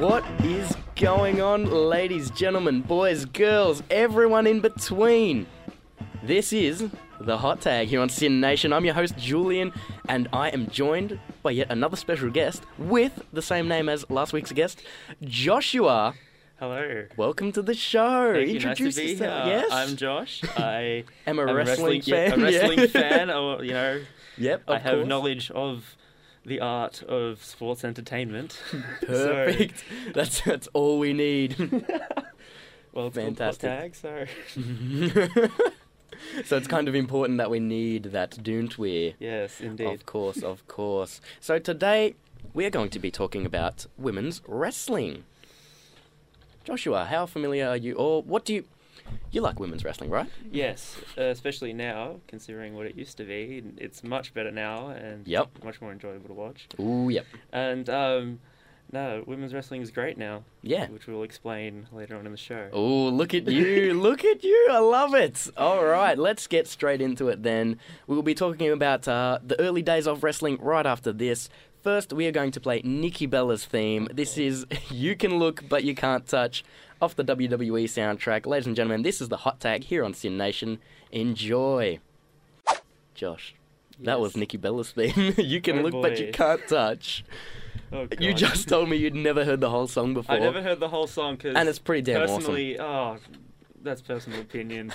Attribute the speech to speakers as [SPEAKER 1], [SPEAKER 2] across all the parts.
[SPEAKER 1] What is going on, ladies, gentlemen, boys, girls, everyone in between? This is the Hot Tag here on Sin Nation. I'm your host, Julian, and I am joined by yet another special guest with the same name as last week's guest, Joshua.
[SPEAKER 2] Hello.
[SPEAKER 1] Welcome to the show.
[SPEAKER 2] Thank you. Nice to
[SPEAKER 1] Introduce
[SPEAKER 2] be here.
[SPEAKER 1] yourself. Yes.
[SPEAKER 2] I'm Josh. I
[SPEAKER 1] Am a
[SPEAKER 2] am
[SPEAKER 1] wrestling
[SPEAKER 2] yeah,
[SPEAKER 1] fan,
[SPEAKER 2] a
[SPEAKER 1] yeah.
[SPEAKER 2] wrestling fan. I, you know,
[SPEAKER 1] Yep.
[SPEAKER 2] I
[SPEAKER 1] of
[SPEAKER 2] have
[SPEAKER 1] course.
[SPEAKER 2] knowledge of the art of sports entertainment.
[SPEAKER 1] Perfect. That's that's all we need.
[SPEAKER 2] So, well, it's called Hot
[SPEAKER 1] Fantastic.
[SPEAKER 2] tag. So
[SPEAKER 1] so it's kind of important that we need that, don't we?
[SPEAKER 2] yes, indeed.
[SPEAKER 1] Of course, of course. So today we are going to be talking about women's wrestling. Joshua, how familiar are you, or what do you? You like women's wrestling, right?
[SPEAKER 2] Yes, uh, especially now, considering what it used to be, and it's much better now and
[SPEAKER 1] Yep.
[SPEAKER 2] much more enjoyable to watch.
[SPEAKER 1] Ooh, yep.
[SPEAKER 2] And um, no, women's wrestling is great now,
[SPEAKER 1] Yeah.
[SPEAKER 2] which we'll explain later on in the show.
[SPEAKER 1] Oh, look at you. look at you. I love it. All right, let's get straight into it then. We will be talking about uh, the early days of wrestling right after this. First, we are going to play Nikki Bella's theme. This is You Can Look But You Can't Touch off the WWE soundtrack. Ladies and gentlemen, this is the hot tag here on Sin Nation. Enjoy. Josh, that was
[SPEAKER 2] Yes.
[SPEAKER 1] Nikki Bella's theme. you Can
[SPEAKER 2] Oh,
[SPEAKER 1] Look But You
[SPEAKER 2] boy.
[SPEAKER 1] Can't Touch.
[SPEAKER 2] Oh,
[SPEAKER 1] You
[SPEAKER 2] God.
[SPEAKER 1] just told me you'd never heard the whole song before.
[SPEAKER 2] I never heard the whole song because
[SPEAKER 1] And it's pretty damn awesome.
[SPEAKER 2] personally, oh, that's personal opinion.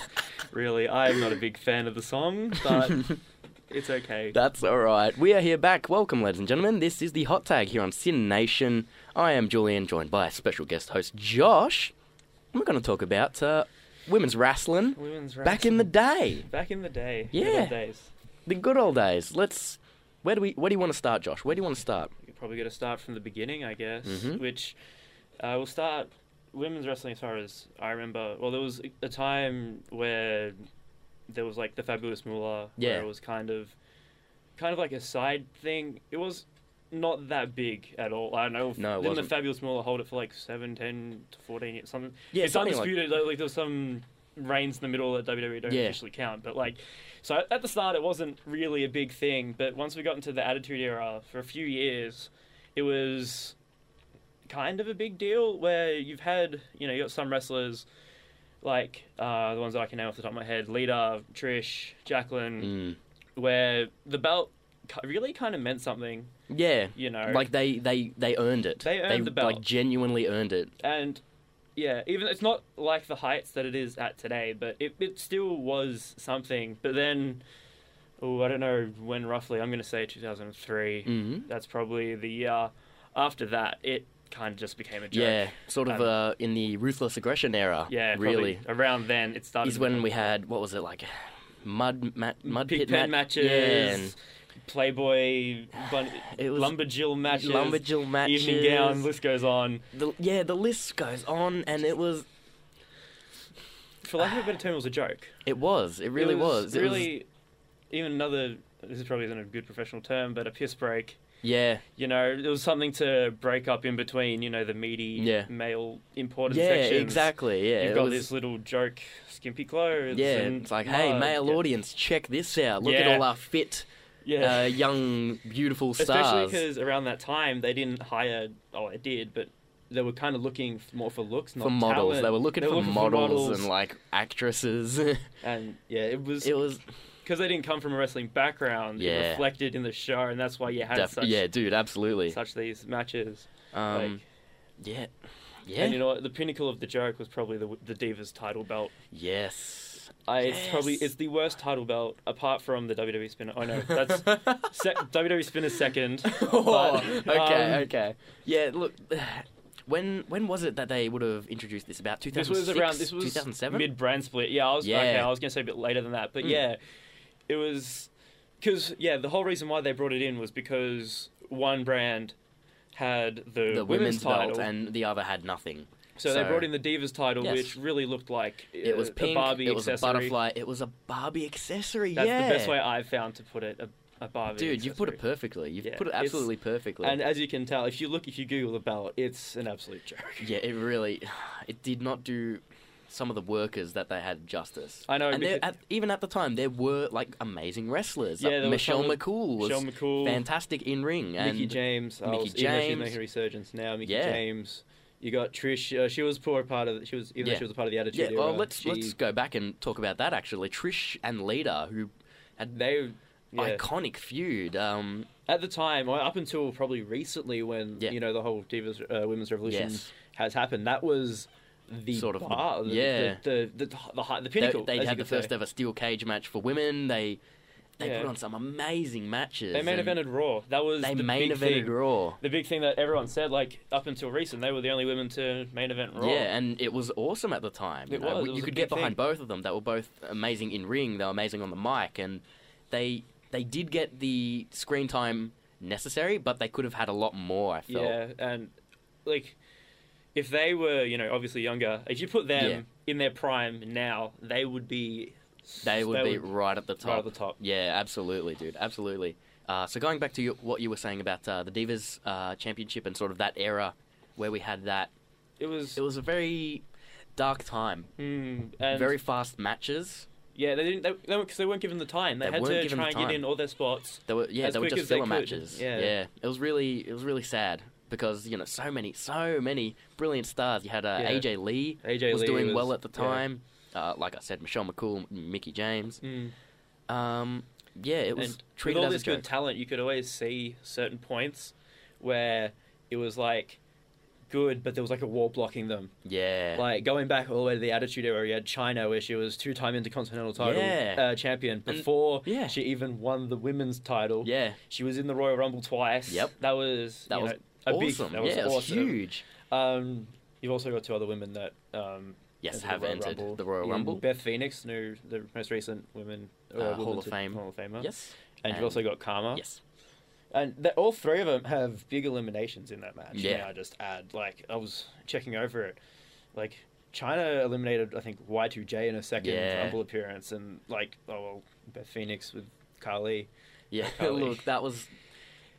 [SPEAKER 2] really, I'm not a big fan of the song, but it's okay.
[SPEAKER 1] That's all right. We are here back. Welcome, ladies and gentlemen. This is the hot tag here on Sin Nation. I am Julian, joined by special guest host Josh. We're going to talk about uh, women's wrestling
[SPEAKER 2] Women's
[SPEAKER 1] back in the day,
[SPEAKER 2] back in the day,
[SPEAKER 1] Yeah.
[SPEAKER 2] good old days.
[SPEAKER 1] the good old days. Let's. Where do we? Where do you want to start, Josh? Where do you want to start?
[SPEAKER 2] You're probably going to start from the beginning, I guess.
[SPEAKER 1] Mhm.
[SPEAKER 2] Which uh, we'll start women's wrestling as far as I remember. Well, there was a time where there was like the Fabulous Moolah,
[SPEAKER 1] Yeah.
[SPEAKER 2] where it was kind of, kind of like a side thing. It was not that big at all. I don't know.
[SPEAKER 1] No, it
[SPEAKER 2] didn't
[SPEAKER 1] wasn't.
[SPEAKER 2] the Fabulous Moolah hold it for like 7, 10 to 14 years? Something.
[SPEAKER 1] Yeah,
[SPEAKER 2] it's
[SPEAKER 1] something like-
[SPEAKER 2] undisputed. Like, like there was some reigns in the middle that WWE don't
[SPEAKER 1] Yeah.
[SPEAKER 2] officially count, but like so at the start, it wasn't really a big thing, but once we got into the Attitude Era for a few years, it was kind of a big deal where you've had, you know, you got some wrestlers like uh, the ones that I can name off the top of my head Lita, Trish, Jacqueline,
[SPEAKER 1] Mm.
[SPEAKER 2] where the belt ki- really kind of meant something,
[SPEAKER 1] Yeah,
[SPEAKER 2] you know.
[SPEAKER 1] like they they they earned it.
[SPEAKER 2] They earned the belt.
[SPEAKER 1] Like genuinely earned it.
[SPEAKER 2] and yeah, even it's not like the heights that it is at today, but it, it still was something. But then, oh, I don't know when roughly. I'm going to say 2003.
[SPEAKER 1] hmm
[SPEAKER 2] That's probably the year after that. It kind of just became a joke.
[SPEAKER 1] Yeah, sort of
[SPEAKER 2] Um,
[SPEAKER 1] uh, in the ruthless aggression era.
[SPEAKER 2] yeah, probably
[SPEAKER 1] really.
[SPEAKER 2] Around then, it started.
[SPEAKER 1] Is when we had what was it like, mud ma- mud
[SPEAKER 2] pig
[SPEAKER 1] pit
[SPEAKER 2] pen
[SPEAKER 1] ma-
[SPEAKER 2] matches,
[SPEAKER 1] Yeah, and
[SPEAKER 2] Playboy, bun-
[SPEAKER 1] It was-
[SPEAKER 2] lumberjill matches,
[SPEAKER 1] Lumberjill matches.
[SPEAKER 2] evening gown. List goes on.
[SPEAKER 1] The, yeah, the list goes on, and it was,
[SPEAKER 2] For lack of a better term, it was a joke.
[SPEAKER 1] it was, it really
[SPEAKER 2] it
[SPEAKER 1] was.
[SPEAKER 2] was,
[SPEAKER 1] It was-
[SPEAKER 2] really even another this is probably isn't a good professional term but a piss break
[SPEAKER 1] yeah,
[SPEAKER 2] you know it was something to break up in between you know the meaty
[SPEAKER 1] Yeah.
[SPEAKER 2] male important
[SPEAKER 1] yeah,
[SPEAKER 2] sections
[SPEAKER 1] exactly. Yeah,
[SPEAKER 2] you've
[SPEAKER 1] it
[SPEAKER 2] got
[SPEAKER 1] was-
[SPEAKER 2] this little joke skimpy clothes
[SPEAKER 1] Yeah,
[SPEAKER 2] and
[SPEAKER 1] it's like, hey,
[SPEAKER 2] mud.
[SPEAKER 1] male
[SPEAKER 2] Yeah.
[SPEAKER 1] audience, check this out. Look at
[SPEAKER 2] Yeah.
[SPEAKER 1] all our fit,
[SPEAKER 2] yeah
[SPEAKER 1] uh, young, beautiful
[SPEAKER 2] especially
[SPEAKER 1] stars.
[SPEAKER 2] because around that time they didn't hire oh they did but they were kind of looking f- more for looks not
[SPEAKER 1] for models,
[SPEAKER 2] talent.
[SPEAKER 1] they were looking, for, models and like actresses. it
[SPEAKER 2] and yeah it was
[SPEAKER 1] was,
[SPEAKER 2] because they didn't come from a wrestling background
[SPEAKER 1] Yeah.
[SPEAKER 2] it reflected in the show and that's why you had
[SPEAKER 1] def-
[SPEAKER 2] such
[SPEAKER 1] yeah, dude, absolutely.
[SPEAKER 2] such these matches.
[SPEAKER 1] Um,
[SPEAKER 2] like,
[SPEAKER 1] yeah, yeah,
[SPEAKER 2] And you know what? The pinnacle of the joke was probably the the Divas title belt.
[SPEAKER 1] yes.
[SPEAKER 2] I, It's probably
[SPEAKER 1] Yes.
[SPEAKER 2] it's the worst title belt apart from the WWE spinner. Oh no, that's sec- WWE spinner second.
[SPEAKER 1] Oh,
[SPEAKER 2] but,
[SPEAKER 1] okay,
[SPEAKER 2] um,
[SPEAKER 1] okay. Yeah, look. When when was it that they would have introduced this? About oh, two
[SPEAKER 2] This
[SPEAKER 1] thousand six,
[SPEAKER 2] was around this was
[SPEAKER 1] 2007?
[SPEAKER 2] mid uh, brand split. Yeah, I was
[SPEAKER 1] Yeah.
[SPEAKER 2] okay. I was gonna say a bit later than that, but
[SPEAKER 1] Mm.
[SPEAKER 2] yeah, it was because yeah, the whole reason why they brought it in was because one brand had the,
[SPEAKER 1] the women's,
[SPEAKER 2] women's, title,
[SPEAKER 1] belt and the other had nothing.
[SPEAKER 2] so, they
[SPEAKER 1] so-
[SPEAKER 2] brought in the Divas title,
[SPEAKER 1] Yes.
[SPEAKER 2] which really looked like
[SPEAKER 1] It was
[SPEAKER 2] uh,
[SPEAKER 1] pink.
[SPEAKER 2] a Barbie
[SPEAKER 1] it was
[SPEAKER 2] accessory.
[SPEAKER 1] a butterfly. It was a Barbie accessory.
[SPEAKER 2] That's
[SPEAKER 1] yeah,
[SPEAKER 2] the best way I've found to put it. A, a Barbie.
[SPEAKER 1] dude. You've put it
[SPEAKER 2] accessory.
[SPEAKER 1] perfectly. You've
[SPEAKER 2] Yeah,
[SPEAKER 1] put it
[SPEAKER 2] it's-
[SPEAKER 1] absolutely perfectly.
[SPEAKER 2] And as you can tell, if you look, if you Google the belt, it's an absolute joke.
[SPEAKER 1] yeah, it really, it did not do. some of the workers that they had justice.
[SPEAKER 2] I know,
[SPEAKER 1] and there-
[SPEAKER 2] because-
[SPEAKER 1] at, even at the time, there were like amazing wrestlers. Like,
[SPEAKER 2] Yeah, there was
[SPEAKER 1] Michelle
[SPEAKER 2] someone-
[SPEAKER 1] McCool was
[SPEAKER 2] Michelle McCool,
[SPEAKER 1] fantastic in ring, and
[SPEAKER 2] Mickey James,
[SPEAKER 1] Mickey
[SPEAKER 2] Mickey James,
[SPEAKER 1] James.
[SPEAKER 2] making a resurgence now. Mickey
[SPEAKER 1] Yeah.
[SPEAKER 2] James, you got Trish. Uh, she was poor part of. The, she was even
[SPEAKER 1] Yeah.
[SPEAKER 2] though she was a part of the Attitude
[SPEAKER 1] yeah,
[SPEAKER 2] Era.
[SPEAKER 1] well, let's
[SPEAKER 2] she,
[SPEAKER 1] let's go back and talk about that actually. Trish and Lita, who had
[SPEAKER 2] They, yeah.
[SPEAKER 1] iconic feud. Um,
[SPEAKER 2] at the time, or up until probably recently, when
[SPEAKER 1] Yeah.
[SPEAKER 2] you know the whole Divas uh, Women's Revolution
[SPEAKER 1] Yes.
[SPEAKER 2] has happened, that was the
[SPEAKER 1] Sort of the-
[SPEAKER 2] bar, the,
[SPEAKER 1] yeah.
[SPEAKER 2] the, the, the, the, hi- the
[SPEAKER 1] they-
[SPEAKER 2] pinnacle.
[SPEAKER 1] they
[SPEAKER 2] as you
[SPEAKER 1] had the
[SPEAKER 2] could say.
[SPEAKER 1] first ever steel cage match for women. They they
[SPEAKER 2] Yeah.
[SPEAKER 1] put on some amazing matches.
[SPEAKER 2] They main
[SPEAKER 1] and
[SPEAKER 2] evented Raw. That was
[SPEAKER 1] They
[SPEAKER 2] the
[SPEAKER 1] main
[SPEAKER 2] big
[SPEAKER 1] evented
[SPEAKER 2] thing.
[SPEAKER 1] Raw.
[SPEAKER 2] The big thing that everyone said, like up until recent, they were the only women to main event Raw.
[SPEAKER 1] Yeah, and it was awesome at the time. you
[SPEAKER 2] It
[SPEAKER 1] know.
[SPEAKER 2] was,
[SPEAKER 1] W- you
[SPEAKER 2] it was a
[SPEAKER 1] could
[SPEAKER 2] big
[SPEAKER 1] get behind
[SPEAKER 2] thing.
[SPEAKER 1] both of them. They were both amazing in ring. They were amazing on the mic, and they they did get the screen time necessary, but they could have had a lot more. I felt.
[SPEAKER 2] Yeah, and like if they were, you know, obviously younger, if you put them in their prime now, they would be
[SPEAKER 1] They would be right at the top.
[SPEAKER 2] right at the top.
[SPEAKER 1] Yeah, absolutely, dude. Absolutely. Uh, so going back to your, what you were saying about uh, the Divas uh, Championship and sort of that era where we had that,
[SPEAKER 2] It was
[SPEAKER 1] it was a very dark time.
[SPEAKER 2] mm, and
[SPEAKER 1] very fast matches.
[SPEAKER 2] yeah, they didn't they, they, weren't- 'cause they weren't given the time. They,
[SPEAKER 1] They
[SPEAKER 2] had
[SPEAKER 1] weren't
[SPEAKER 2] to
[SPEAKER 1] given
[SPEAKER 2] try
[SPEAKER 1] the
[SPEAKER 2] and get
[SPEAKER 1] time.
[SPEAKER 2] in all their spots.
[SPEAKER 1] They were yeah,
[SPEAKER 2] As
[SPEAKER 1] they were
[SPEAKER 2] quick
[SPEAKER 1] just
[SPEAKER 2] as they
[SPEAKER 1] filler
[SPEAKER 2] could,
[SPEAKER 1] matches.
[SPEAKER 2] yeah.
[SPEAKER 1] It was really it was really sad because you know so many so many brilliant stars. You had uh,
[SPEAKER 2] Yeah.
[SPEAKER 1] AJ Lee
[SPEAKER 2] AJ
[SPEAKER 1] was
[SPEAKER 2] Lee
[SPEAKER 1] doing
[SPEAKER 2] was-
[SPEAKER 1] well at the
[SPEAKER 2] yeah.
[SPEAKER 1] time. Uh, like I said, Michelle McCool, M- Mickey James.
[SPEAKER 2] Mm.
[SPEAKER 1] Um, yeah, it was
[SPEAKER 2] and with
[SPEAKER 1] treated
[SPEAKER 2] all
[SPEAKER 1] as a
[SPEAKER 2] this
[SPEAKER 1] joke.
[SPEAKER 2] good talent, you could always see certain points where it was like good, but there was like a wall blocking them.
[SPEAKER 1] yeah,
[SPEAKER 2] Like going back all the way to the Attitude Era, you had China, where she was two-time Intercontinental title
[SPEAKER 1] Yeah.
[SPEAKER 2] uh, champion before
[SPEAKER 1] yeah.
[SPEAKER 2] she even won the women's title.
[SPEAKER 1] yeah,
[SPEAKER 2] She was in the Royal Rumble twice.
[SPEAKER 1] Yep.
[SPEAKER 2] that was
[SPEAKER 1] that
[SPEAKER 2] you
[SPEAKER 1] was
[SPEAKER 2] know, a big-
[SPEAKER 1] awesome.
[SPEAKER 2] that was
[SPEAKER 1] yeah, it was
[SPEAKER 2] awesome.
[SPEAKER 1] huge.
[SPEAKER 2] Um, you've also got two other women that um,
[SPEAKER 1] Yes,
[SPEAKER 2] entered the
[SPEAKER 1] have
[SPEAKER 2] Royal
[SPEAKER 1] entered
[SPEAKER 2] Rumble.
[SPEAKER 1] the Royal
[SPEAKER 2] In
[SPEAKER 1] Rumble.
[SPEAKER 2] Beth Phoenix, new the most recent women uh,
[SPEAKER 1] Uh,
[SPEAKER 2] woman
[SPEAKER 1] Hall of
[SPEAKER 2] to-
[SPEAKER 1] Fame.
[SPEAKER 2] Hall of Famer.
[SPEAKER 1] Yes,
[SPEAKER 2] and,
[SPEAKER 1] and-
[SPEAKER 2] you've also got Karma.
[SPEAKER 1] yes,
[SPEAKER 2] And th- all three of them have big eliminations in that match.
[SPEAKER 1] Yeah.
[SPEAKER 2] May I just add, like, I was checking over it. Like, China eliminated, I think, Y2J in a second
[SPEAKER 1] Yeah.
[SPEAKER 2] Rumble appearance, and, like, oh, well, Beth Phoenix with Carly.
[SPEAKER 1] yeah.
[SPEAKER 2] Golly.
[SPEAKER 1] Look, that was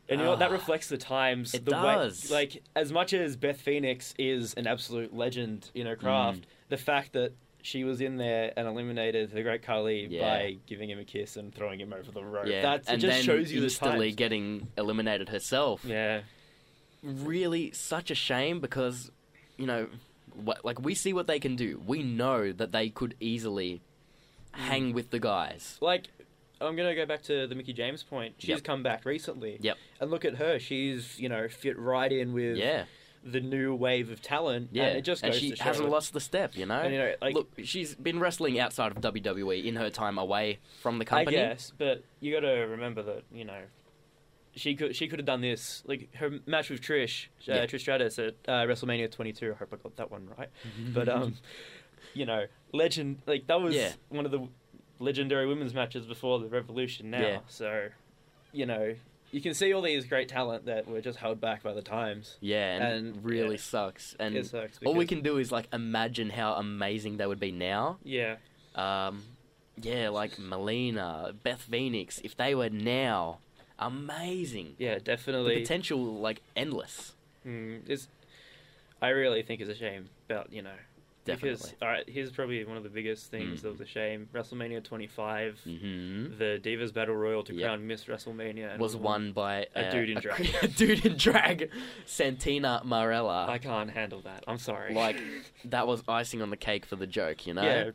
[SPEAKER 2] And you know what? That
[SPEAKER 1] Ah.
[SPEAKER 2] reflects the times.
[SPEAKER 1] It
[SPEAKER 2] the
[SPEAKER 1] does.
[SPEAKER 2] Way, like, as much as Beth Phoenix is an absolute legend in her craft,
[SPEAKER 1] Mm.
[SPEAKER 2] the fact that she was in there and eliminated the great Carly
[SPEAKER 1] Yeah.
[SPEAKER 2] by giving him a kiss and throwing him over the rope.
[SPEAKER 1] yeah,
[SPEAKER 2] That's, it
[SPEAKER 1] and
[SPEAKER 2] just
[SPEAKER 1] then
[SPEAKER 2] shows you the
[SPEAKER 1] instantly
[SPEAKER 2] times.
[SPEAKER 1] getting eliminated herself.
[SPEAKER 2] Yeah.
[SPEAKER 1] really such a shame because, you know, wh- like we see what they can do. We know that they could easily
[SPEAKER 2] Mm.
[SPEAKER 1] hang with the guys.
[SPEAKER 2] like I'm gonna go back to the Mickey James point. She's
[SPEAKER 1] Yep.
[SPEAKER 2] come back recently.
[SPEAKER 1] Yep.
[SPEAKER 2] And look at her. She's you know fit right in with
[SPEAKER 1] Yeah,
[SPEAKER 2] the new wave of talent.
[SPEAKER 1] yeah.
[SPEAKER 2] And it just goes
[SPEAKER 1] she
[SPEAKER 2] to show.
[SPEAKER 1] hasn't lost the step, you know.
[SPEAKER 2] And, you know, like-
[SPEAKER 1] Look, she's been wrestling outside of WWE in her time away from the
[SPEAKER 2] I
[SPEAKER 1] company.
[SPEAKER 2] guess, but you got to remember that you know. She could she could have done this like her match with Trish uh,
[SPEAKER 1] Yeah.
[SPEAKER 2] Trish Stratus at uh, WrestleMania 22. I hope I got that one right. but um, you know, legend like that was
[SPEAKER 1] Yeah.
[SPEAKER 2] one of the legendary women's matches before the Revolution. Now,
[SPEAKER 1] Yeah.
[SPEAKER 2] so you know, you can see all these great talent that were just held back by the times.
[SPEAKER 1] Yeah, and, it
[SPEAKER 2] And-
[SPEAKER 1] really
[SPEAKER 2] yeah.
[SPEAKER 1] sucks. And
[SPEAKER 2] It sucks
[SPEAKER 1] all we
[SPEAKER 2] because-
[SPEAKER 1] can do is like imagine how amazing they would be now.
[SPEAKER 2] Yeah,
[SPEAKER 1] Um, yeah, like Melina, Beth Phoenix, if they were now, amazing.
[SPEAKER 2] yeah,
[SPEAKER 1] The
[SPEAKER 2] definitely.
[SPEAKER 1] potential, like, endless.
[SPEAKER 2] Mm, it's, I really think it's a shame about you know because
[SPEAKER 1] Definitely. Mm.
[SPEAKER 2] all right, here's probably one of the biggest things that was a shame. WrestleMania 25,
[SPEAKER 1] hmm
[SPEAKER 2] the Divas Battle Royal to
[SPEAKER 1] Yep.
[SPEAKER 2] crown Miss WrestleMania and
[SPEAKER 1] Was won by
[SPEAKER 2] a dude in drag.
[SPEAKER 1] a dude in drag, Santina Marella.
[SPEAKER 2] I
[SPEAKER 1] Like,
[SPEAKER 2] can't handle that. I'm sorry.
[SPEAKER 1] that was icing on the cake for the joke, you know.
[SPEAKER 2] yeah,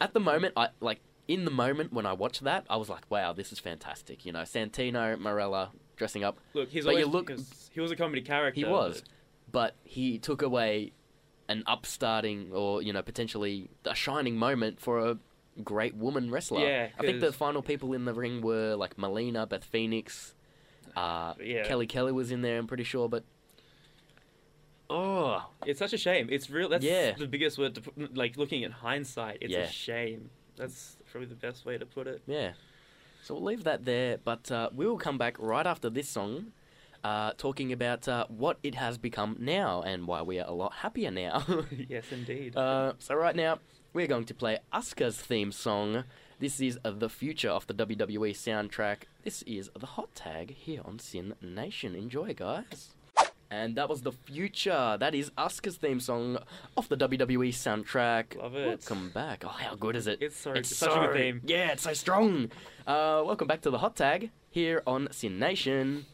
[SPEAKER 1] At the moment, I like in the moment when I watched that, I was like, "Wow, this is fantastic!" You know, Santino Marella dressing up
[SPEAKER 2] look, he's
[SPEAKER 1] But you
[SPEAKER 2] always,
[SPEAKER 1] look-
[SPEAKER 2] he, was, he was a comedy character.
[SPEAKER 1] He was, but he took away an upstarting or you know potentially a shining moment for a great woman wrestler.
[SPEAKER 2] Yeah,
[SPEAKER 1] I think the
[SPEAKER 2] 'cause-
[SPEAKER 1] final people in the ring were like Melina, Beth Phoenix, uh,
[SPEAKER 2] but yeah.
[SPEAKER 1] Kelly Kelly was in there. I'm pretty sure, but oh
[SPEAKER 2] It's such a shame. It's real. That's
[SPEAKER 1] Yeah.
[SPEAKER 2] the biggest word. To put, like looking at hindsight, it's
[SPEAKER 1] Yeah.
[SPEAKER 2] a shame. That's probably the best way to put it.
[SPEAKER 1] yeah. So we'll leave that there, but uh, we will come back right after this song. Uh, talking about uh, what it has become now and why we are a lot happier now.
[SPEAKER 2] yes, indeed.
[SPEAKER 1] Uh, so right now we're going to play Asuka's theme song. This is uh, the future of the E WWE soundtrack. This is the hot tag here on Sin Nation. Enjoy, guys. And that was The Future. That is Asuka's theme song off the WWE soundtrack.
[SPEAKER 2] Love it.
[SPEAKER 1] Welcome back. Oh, how good is it?
[SPEAKER 2] It's so
[SPEAKER 1] It's
[SPEAKER 2] such a
[SPEAKER 1] so-
[SPEAKER 2] good theme.
[SPEAKER 1] Yeah, it's so strong. Uh, welcome back to the Hot Tag here on Sin Nation.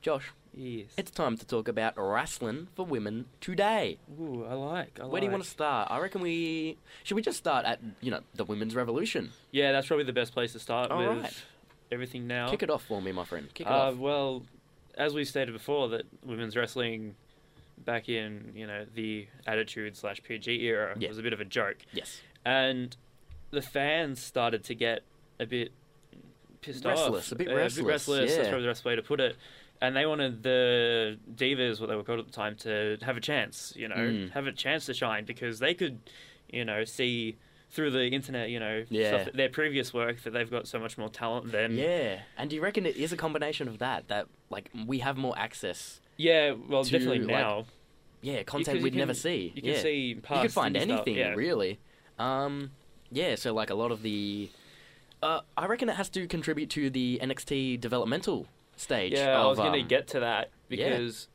[SPEAKER 1] Josh,
[SPEAKER 2] Yes.
[SPEAKER 1] it's time to talk about wrestling for women today.
[SPEAKER 2] Ooh, I like. I
[SPEAKER 1] Where do you
[SPEAKER 2] like.
[SPEAKER 1] want to start? I reckon we should we just start at you know the women's revolution.
[SPEAKER 2] Yeah, that's probably the best place to start
[SPEAKER 1] All
[SPEAKER 2] with
[SPEAKER 1] right.
[SPEAKER 2] everything now.
[SPEAKER 1] Kick it off for me, my friend. Kick it
[SPEAKER 2] uh,
[SPEAKER 1] off.
[SPEAKER 2] well, as we stated before, that women's wrestling back in you know the Attitude slash PG era
[SPEAKER 1] Yeah.
[SPEAKER 2] was a bit of a joke,
[SPEAKER 1] Yes.
[SPEAKER 2] and the fans started to get a bit pissed
[SPEAKER 1] Restless,
[SPEAKER 2] off,
[SPEAKER 1] a bit
[SPEAKER 2] Uh,
[SPEAKER 1] restless,
[SPEAKER 2] That's
[SPEAKER 1] yeah.
[SPEAKER 2] probably the best way to put it. And they wanted the divas, what they were called at the time, to have a chance. You know,
[SPEAKER 1] Mm.
[SPEAKER 2] have a chance to shine because they could, you know, see through the internet, you know,
[SPEAKER 1] Yeah.
[SPEAKER 2] stuff, their previous work that they've got so much more talent than
[SPEAKER 1] Yeah. And do you reckon it is a combination of that that like we have more access?
[SPEAKER 2] Yeah, well,
[SPEAKER 1] to,
[SPEAKER 2] definitely
[SPEAKER 1] like,
[SPEAKER 2] now.
[SPEAKER 1] Yeah,
[SPEAKER 2] Because
[SPEAKER 1] content
[SPEAKER 2] you
[SPEAKER 1] we'd
[SPEAKER 2] can-
[SPEAKER 1] never see.
[SPEAKER 2] You can
[SPEAKER 1] yeah.
[SPEAKER 2] see
[SPEAKER 1] you
[SPEAKER 2] past.
[SPEAKER 1] could find
[SPEAKER 2] and stuff,
[SPEAKER 1] anything
[SPEAKER 2] yeah.
[SPEAKER 1] really. Um, yeah, so like a lot of the, uh, I reckon it has to contribute to the NXT developmental stage.
[SPEAKER 2] Yeah, I
[SPEAKER 1] of,
[SPEAKER 2] was going to
[SPEAKER 1] um,
[SPEAKER 2] get to that
[SPEAKER 1] yeah.
[SPEAKER 2] because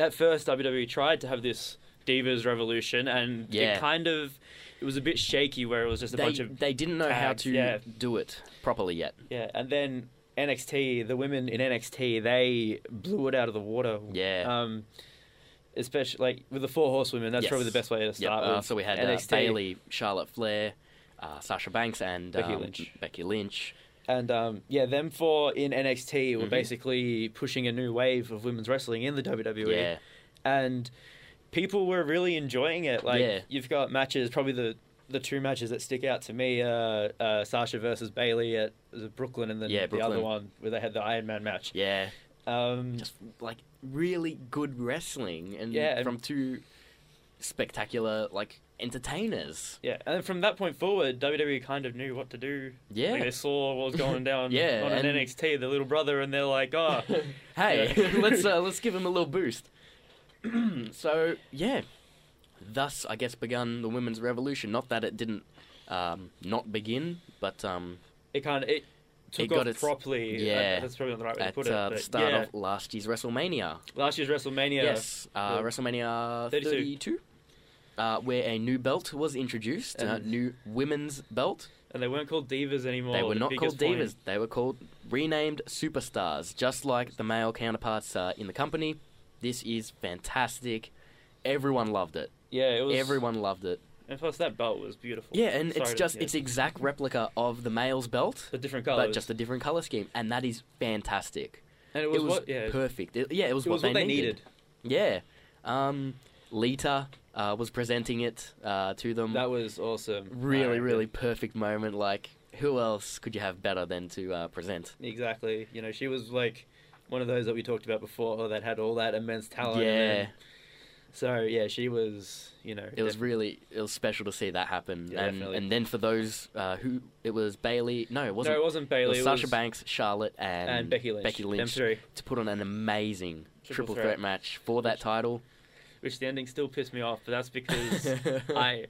[SPEAKER 2] at first WWE tried to have this Divas Revolution, and
[SPEAKER 1] Yeah.
[SPEAKER 2] it kind of it was a bit shaky where it was just a
[SPEAKER 1] They,
[SPEAKER 2] bunch of
[SPEAKER 1] they didn't know how
[SPEAKER 2] tags,
[SPEAKER 1] to
[SPEAKER 2] yeah.
[SPEAKER 1] do it properly yet.
[SPEAKER 2] yeah, and then NXT, the women in NXT, they blew it out of the water.
[SPEAKER 1] Yeah.
[SPEAKER 2] Um, especially like with the four horsewomen, that's
[SPEAKER 1] Yes.
[SPEAKER 2] probably the best way to
[SPEAKER 1] Yep,
[SPEAKER 2] start.
[SPEAKER 1] uh,
[SPEAKER 2] with
[SPEAKER 1] so we had uh,
[SPEAKER 2] NXT
[SPEAKER 1] Bailey, Charlotte Flair, uh, Sasha Banks, and
[SPEAKER 2] Becky
[SPEAKER 1] um,
[SPEAKER 2] Lynch.
[SPEAKER 1] Becky Lynch.
[SPEAKER 2] And um, yeah, them four in NXT were
[SPEAKER 1] Mhm.
[SPEAKER 2] basically pushing a new wave of women's wrestling in the E. WWE.
[SPEAKER 1] Yeah,
[SPEAKER 2] And people were really enjoying it. Like
[SPEAKER 1] Yeah.
[SPEAKER 2] you've got matches, probably the the two matches that stick out to me, uh, uh, Sasha versus Bailey at was it Brooklyn, and then
[SPEAKER 1] Yeah,
[SPEAKER 2] the other
[SPEAKER 1] Brooklyn.
[SPEAKER 2] one where they had the Iron Man match.
[SPEAKER 1] yeah,
[SPEAKER 2] Um,
[SPEAKER 1] just like really good wrestling, and
[SPEAKER 2] Yeah, and-
[SPEAKER 1] from two spectacular like entertainers.
[SPEAKER 2] yeah, and then from that point forward, WWE kind of knew what to do.
[SPEAKER 1] Yeah.
[SPEAKER 2] Like, they saw what was going down
[SPEAKER 1] Yeah,
[SPEAKER 2] on
[SPEAKER 1] and-
[SPEAKER 2] an NXT, the little brother, and they're like, oh,
[SPEAKER 1] hey,
[SPEAKER 2] Yeah.
[SPEAKER 1] let's uh, let's give him a little boost. so yeah, thus I guess begun the women's revolution. Not that it didn't um, not begin, but um,
[SPEAKER 2] it kind of it took
[SPEAKER 1] got
[SPEAKER 2] off
[SPEAKER 1] its-
[SPEAKER 2] properly. I-
[SPEAKER 1] yeah.
[SPEAKER 2] that's probably not the right way to
[SPEAKER 1] at
[SPEAKER 2] put it.
[SPEAKER 1] uh, the
[SPEAKER 2] but
[SPEAKER 1] start
[SPEAKER 2] yeah.
[SPEAKER 1] of last year's WrestleMania.
[SPEAKER 2] Last year's WrestleMania.
[SPEAKER 1] Yes, uh,
[SPEAKER 2] Yeah.
[SPEAKER 1] WrestleMania
[SPEAKER 2] 32.
[SPEAKER 1] 32. Uh, where a new belt was introduced, a
[SPEAKER 2] And-
[SPEAKER 1] new women's belt.
[SPEAKER 2] And they weren't called divas anymore.
[SPEAKER 1] They were
[SPEAKER 2] the
[SPEAKER 1] not called
[SPEAKER 2] biggest point.
[SPEAKER 1] divas. They were called renamed superstars, just like the male counterparts uh, in the company. This is fantastic. Everyone loved it.
[SPEAKER 2] Yeah, it was.
[SPEAKER 1] Everyone loved it.
[SPEAKER 2] And plus, that belt was beautiful.
[SPEAKER 1] Yeah, and
[SPEAKER 2] Sorry
[SPEAKER 1] it's
[SPEAKER 2] to-
[SPEAKER 1] just
[SPEAKER 2] yeah.
[SPEAKER 1] it's exact replica of the male's belt,
[SPEAKER 2] the different colors.
[SPEAKER 1] but just a different color scheme, and that is fantastic.
[SPEAKER 2] and
[SPEAKER 1] It
[SPEAKER 2] it
[SPEAKER 1] was,
[SPEAKER 2] was, what yeah,
[SPEAKER 1] perfect. It- yeah, it was
[SPEAKER 2] it
[SPEAKER 1] what,
[SPEAKER 2] was what they needed.
[SPEAKER 1] Yeah, um, Lita uh, was presenting it uh, to them.
[SPEAKER 2] That was awesome.
[SPEAKER 1] really,
[SPEAKER 2] Uh,
[SPEAKER 1] really perfect moment. Like, who else could you have better than to uh, present?
[SPEAKER 2] Exactly. You know, she was like one of those that we talked about before that had all that immense talent. and
[SPEAKER 1] yeah,
[SPEAKER 2] then- so yeah, she was. You know,
[SPEAKER 1] it was
[SPEAKER 2] def-
[SPEAKER 1] really it was special to see that happen.
[SPEAKER 2] Yeah,
[SPEAKER 1] and
[SPEAKER 2] definitely.
[SPEAKER 1] and then for those uh, who it was Bailey. No, it wasn't.
[SPEAKER 2] no, it
[SPEAKER 1] it
[SPEAKER 2] wasn't
[SPEAKER 1] was
[SPEAKER 2] Bailey.
[SPEAKER 1] Sasha Banks, Charlotte, and,
[SPEAKER 2] and, Becky Lynch.
[SPEAKER 1] Becky
[SPEAKER 2] Them
[SPEAKER 1] Lynch
[SPEAKER 2] three.
[SPEAKER 1] to put on an amazing triple,
[SPEAKER 2] Triple
[SPEAKER 1] threat.
[SPEAKER 2] threat.
[SPEAKER 1] match for that title.
[SPEAKER 2] Which the ending still pissed me off, but that's because I.